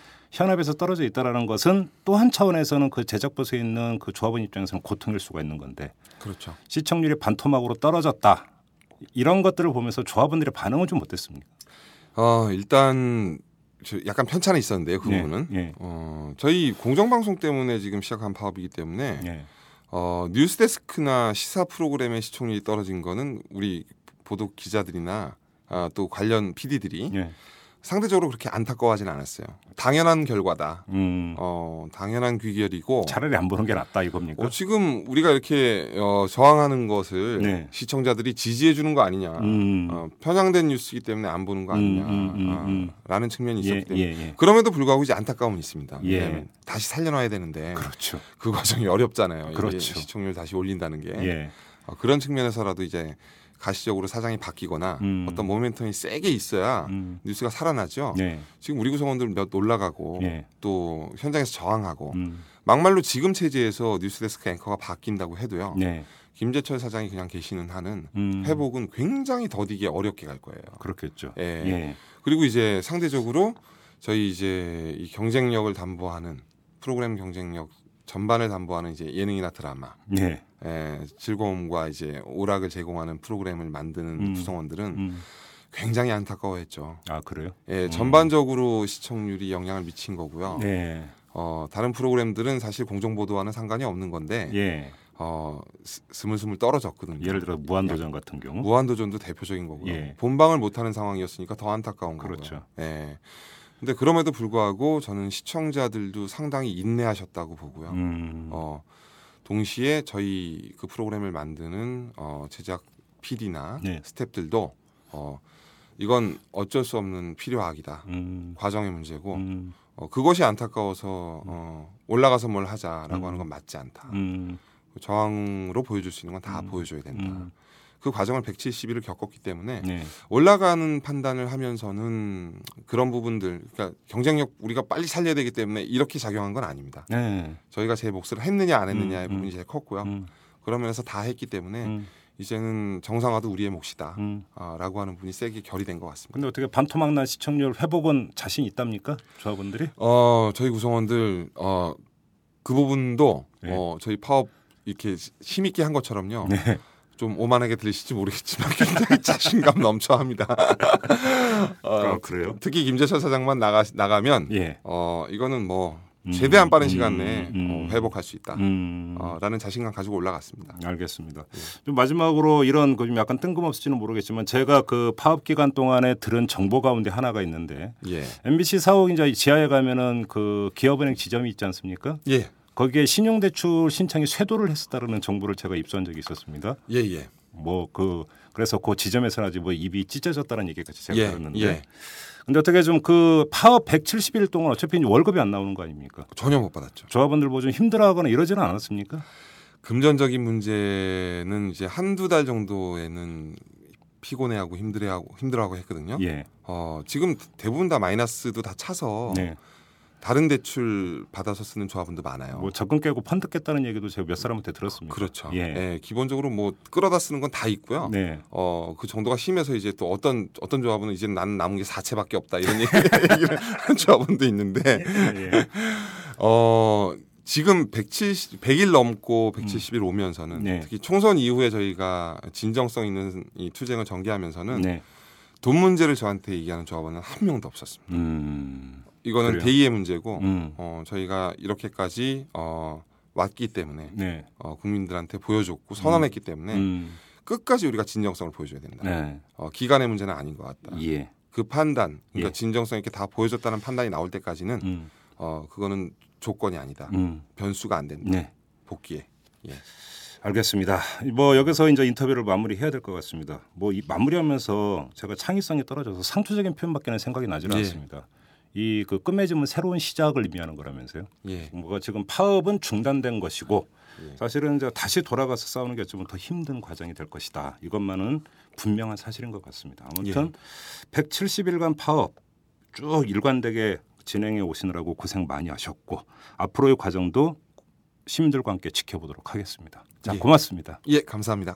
Speaker 2: 현업에서 떨어져 있다라는 것은 또 한 차원에서는 그 제작부서에 있는 그 조합원 입장에서는 고통일 수가 있는 건데
Speaker 9: 그렇죠.
Speaker 2: 시청률이 반토막으로 떨어졌다 이런 것들을 보면서 조합원들의 반응은 좀 어땠습니까?
Speaker 9: 어, 일단 저 약간 편차는 있었는데요. 그
Speaker 2: 예,
Speaker 9: 부분은.
Speaker 2: 예.
Speaker 9: 어, 저희 공정방송 때문에 지금 시작한 파업이기 때문에
Speaker 2: 예.
Speaker 9: 어, 뉴스데스크나 시사 프로그램의 시청률이 떨어진 거는 우리 보도 기자들이나 아, 또 관련 PD들이
Speaker 2: 예.
Speaker 9: 상대적으로 그렇게 안타까워하진 않았어요. 당연한 결과다.
Speaker 2: 음,
Speaker 9: 어, 당연한 귀결이고
Speaker 2: 차라리 안 보는 게 낫다 이겁니까?
Speaker 9: 어, 지금 우리가 이렇게 어, 저항하는 것을
Speaker 2: 네.
Speaker 9: 시청자들이 지지해 주는 거 아니냐.
Speaker 2: 음.
Speaker 9: 어, 편향된 뉴스이기 때문에 안 보는 거 아니냐라는 어,
Speaker 2: 음, 음, 음,
Speaker 9: 측면이
Speaker 2: 예,
Speaker 9: 있었기
Speaker 2: 예,
Speaker 9: 때문에
Speaker 2: 예.
Speaker 9: 그럼에도 불구하고 이제 안타까움은 있습니다.
Speaker 2: 예.
Speaker 9: 왜냐하면 다시 살려놔야 되는데
Speaker 2: 그렇죠.
Speaker 9: 그 과정이 어렵잖아요. 이게
Speaker 2: 그렇죠.
Speaker 9: 시청률 다시 올린다는 게
Speaker 2: 예.
Speaker 9: 어, 그런 측면에서라도 이제 가시적으로 사장이 바뀌거나
Speaker 2: 음.
Speaker 9: 어떤 모멘텀이 세게 있어야
Speaker 2: 음.
Speaker 9: 뉴스가 살아나죠.
Speaker 2: 예.
Speaker 9: 지금 우리 구성원들 몇 올라가고
Speaker 2: 예.
Speaker 9: 또 현장에서 저항하고
Speaker 2: 음.
Speaker 9: 막말로 지금 체제에서 뉴스데스크 앵커가 바뀐다고 해도요.
Speaker 2: 네.
Speaker 9: 김재철 사장이 그냥 계시는 한은
Speaker 2: 음.
Speaker 9: 회복은 굉장히 더디게 어렵게 갈 거예요.
Speaker 2: 그렇겠죠.
Speaker 9: 예.
Speaker 2: 예.
Speaker 9: 그리고 이제 상대적으로 저희 이제 이 경쟁력을 담보하는 프로그램 경쟁력 전반을 담보하는 이제 예능이나 드라마,
Speaker 2: 예.
Speaker 9: 예, 즐거움과 이제 오락을 제공하는 프로그램을 만드는
Speaker 2: 음.
Speaker 9: 구성원들은
Speaker 2: 음.
Speaker 9: 굉장히 안타까워했죠.
Speaker 2: 아 그래요?
Speaker 9: 예,
Speaker 2: 음.
Speaker 9: 전반적으로 시청률이 영향을 미친 거고요.
Speaker 2: 예.
Speaker 9: 어, 다른 프로그램들은 사실 공정 보도와는 상관이 없는 건데
Speaker 2: 예.
Speaker 9: 어, 스- 스물스물 떨어졌거든요.
Speaker 2: 예를 들어 무한도전 같은 경우.
Speaker 9: 무한도전도 대표적인 거고요.
Speaker 2: 예.
Speaker 9: 본방을 못하는 상황이었으니까 더 안타까운 거고요.
Speaker 2: 그렇죠.
Speaker 9: 예. 근데 그럼에도 불구하고 저는 시청자들도 상당히 인내하셨다고 보고요.
Speaker 2: 음.
Speaker 9: 어, 동시에 저희 그 프로그램을 만드는 어, 제작 PD나
Speaker 2: 네.
Speaker 9: 스탭들도 어, 이건 어쩔 수 없는 필요악이다.
Speaker 2: 음.
Speaker 9: 과정의 문제고
Speaker 2: 음.
Speaker 9: 어, 그것이 안타까워서 어, 올라가서 뭘 하자라고
Speaker 2: 음.
Speaker 9: 하는 건 맞지 않다.
Speaker 2: 음.
Speaker 9: 저항으로 보여줄 수 있는 건 다
Speaker 2: 음.
Speaker 9: 보여줘야 된다. 예.
Speaker 2: 음.
Speaker 9: 그 과정을 170일을 겪었기 때문에
Speaker 2: 네.
Speaker 9: 올라가는 판단을 하면서는 그런 부분들, 그러니까 경쟁력 우리가 빨리 살려야 되기 때문에 이렇게 작용한 건 아닙니다.
Speaker 2: 네.
Speaker 9: 저희가 제 몫을 했느냐 안 했느냐의
Speaker 2: 음,
Speaker 9: 부분이
Speaker 2: 음.
Speaker 9: 제일 컸고요.
Speaker 2: 음.
Speaker 9: 그런 면에서 다 했기 때문에
Speaker 2: 음.
Speaker 9: 이제는 정상화도 우리의 몫이다.
Speaker 2: 음.
Speaker 9: 예. 아, 라고 하는 분이 세게 결의된 것 같습니다.
Speaker 2: 근데 어떻게 반토막난 시청률 회복은 자신 있답니까? 조합원들이?
Speaker 9: 어, 저희 구성원들 어, 그 부분도
Speaker 2: 네.
Speaker 9: 어, 저희 파업 이렇게 힘 있게 한 것처럼요. 좀 오만하게 들리실지 모르겠지만 굉장히 자신감 넘쳐합니다. 어,
Speaker 2: 아, 그래요?
Speaker 9: 특히 김재철 사장만 나가 나가면
Speaker 2: 예.
Speaker 9: 어 이거는 뭐
Speaker 2: 음,
Speaker 9: 최대한 빠른
Speaker 2: 음,
Speaker 9: 시간 내에
Speaker 2: 음.
Speaker 9: 어, 회복할 수 있다.
Speaker 2: 음.
Speaker 9: 어, 라는 자신감 가지고 올라갔습니다.
Speaker 2: 알겠습니다.
Speaker 9: 예.
Speaker 2: 좀 마지막으로 이런 그좀 약간 뜬금없을지는 모르겠지만 제가 그 파업 기간 동안에 들은 정보 가운데 하나가 있는데
Speaker 9: 예.
Speaker 2: MBC 사옥 이제 지하에 가면은 그 기업은행 지점이 있지 않습니까?
Speaker 9: 예.
Speaker 2: 거기에 신용대출 신청이 쇄도를 했었다는 정보를 제가 입수한 적이 있었습니다.
Speaker 9: 예, 예.
Speaker 2: 뭐 그 그래서 그 지점에서는 아직 뭐 입이 찢어졌다는 얘기까지 제가
Speaker 9: 예,
Speaker 2: 들었는데
Speaker 9: 예.
Speaker 2: 근데 어떻게 좀 그 파업 170일 동안 어차피 이제 월급이 안 나오는 거 아닙니까?
Speaker 9: 전혀 못 받았죠.
Speaker 2: 조합원들 뭐 좀 힘들어하거나 이러지는 않았습니까?
Speaker 9: 금전적인 문제는 이제 한두 달 정도에는 피곤해하고 힘들어하고 힘들어하고 했거든요.
Speaker 2: 예.
Speaker 9: 어, 지금 대부분 다 마이너스도 다 차서
Speaker 2: 네.
Speaker 9: 다른 대출 받아서 쓰는 조합원도 많아요.
Speaker 2: 뭐 적금 깨고 펀드 깼다는 얘기도 제가 몇 사람한테 들었습니다.
Speaker 9: 그렇죠.
Speaker 2: 예.
Speaker 9: 예. 기본적으로 뭐 끌어다 쓰는 건 다 있고요.
Speaker 2: 네.
Speaker 9: 어, 그 정도가 심해서 이제 또 어떤 어떤 조합은 이제 나는 남은 게 사채밖에 없다 이런 얘기- 얘기를 하는 조합원도 있는데
Speaker 2: 예.
Speaker 9: 어, 지금 170 100일 넘고 170일 오면서는
Speaker 2: 네.
Speaker 9: 특히 총선 이후에 저희가 진정성 있는 이 투쟁을 전개하면서는
Speaker 2: 네.
Speaker 9: 돈 문제를 저한테 얘기하는 조합원은 한 명도 없었습니다.
Speaker 2: 음.
Speaker 9: 이거는
Speaker 2: 그래요?
Speaker 9: 대의의 문제고
Speaker 2: 음.
Speaker 9: 어, 저희가 이렇게까지 어, 왔기 때문에
Speaker 2: 네.
Speaker 9: 어, 국민들한테 보여줬고 선언했기 때문에
Speaker 2: 음.
Speaker 9: 끝까지 우리가 진정성을 보여줘야 된다.
Speaker 2: 네.
Speaker 9: 어, 기간의 문제는 아닌 것 같다.
Speaker 2: 예.
Speaker 9: 그 판단, 그러니까
Speaker 2: 예.
Speaker 9: 진정성 있게 다 보여줬다는 판단이 나올 때까지는
Speaker 2: 음.
Speaker 9: 어, 그거는 조건이 아니다.
Speaker 2: 음.
Speaker 9: 변수가 안 된다.
Speaker 2: 네.
Speaker 9: 복귀에.
Speaker 2: 알겠습니다. 뭐 여기서 이제 인터뷰를 마무리해야 될 것 같습니다. 뭐 이 마무리하면서 제가 창의성이 떨어져서 상투적인 표현밖에는 생각이 나질
Speaker 9: 예.
Speaker 2: 않습니다. 이 그 끝맺음은 새로운 시작을 의미하는 거라면서요.
Speaker 9: 예.
Speaker 2: 뭔가 뭐 지금 파업은 중단된 것이고
Speaker 9: 예.
Speaker 2: 사실은 이제 다시 돌아가서 싸우는 게 좀 더 힘든 과정이 될 것이다. 이것만은 분명한 사실인 것 같습니다. 아무튼
Speaker 9: 예.
Speaker 2: 170일간 파업 쭉 일관되게 진행해 오시느라고 고생 많이 하셨고 앞으로의 과정도 시민들과 함께 지켜보도록 하겠습니다. 자,
Speaker 9: 예.
Speaker 2: 고맙습니다.
Speaker 9: 예, 감사합니다.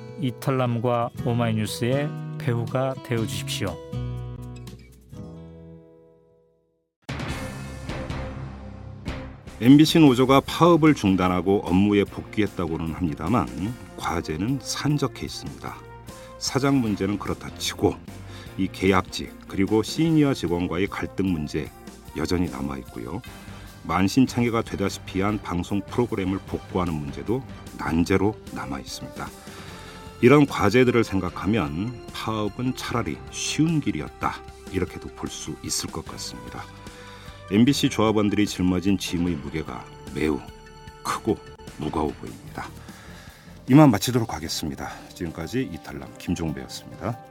Speaker 10: 이탈남과 오마이뉴스의 배우가 되어 주십시오.
Speaker 2: MBC 노조가 파업을 중단하고 업무에 복귀했다고는 합니다만 과제는 산적해 있습니다. 사장 문제는 그렇다 치고 이 계약직 그리고 시니어 직원과의 갈등 문제 여전히 남아 있고요. 만신창이가 되다시피 한 방송 프로그램을 복구하는 문제도 난제로 남아 있습니다. 이런 과제들을 생각하면 파업은 차라리 쉬운 길이었다 이렇게도 볼 수 있을 것 같습니다. MBC 조합원들이 짊어진 짐의 무게가 매우 크고 무거워 보입니다. 이만 마치도록 하겠습니다. 지금까지 이탈남 김종배였습니다.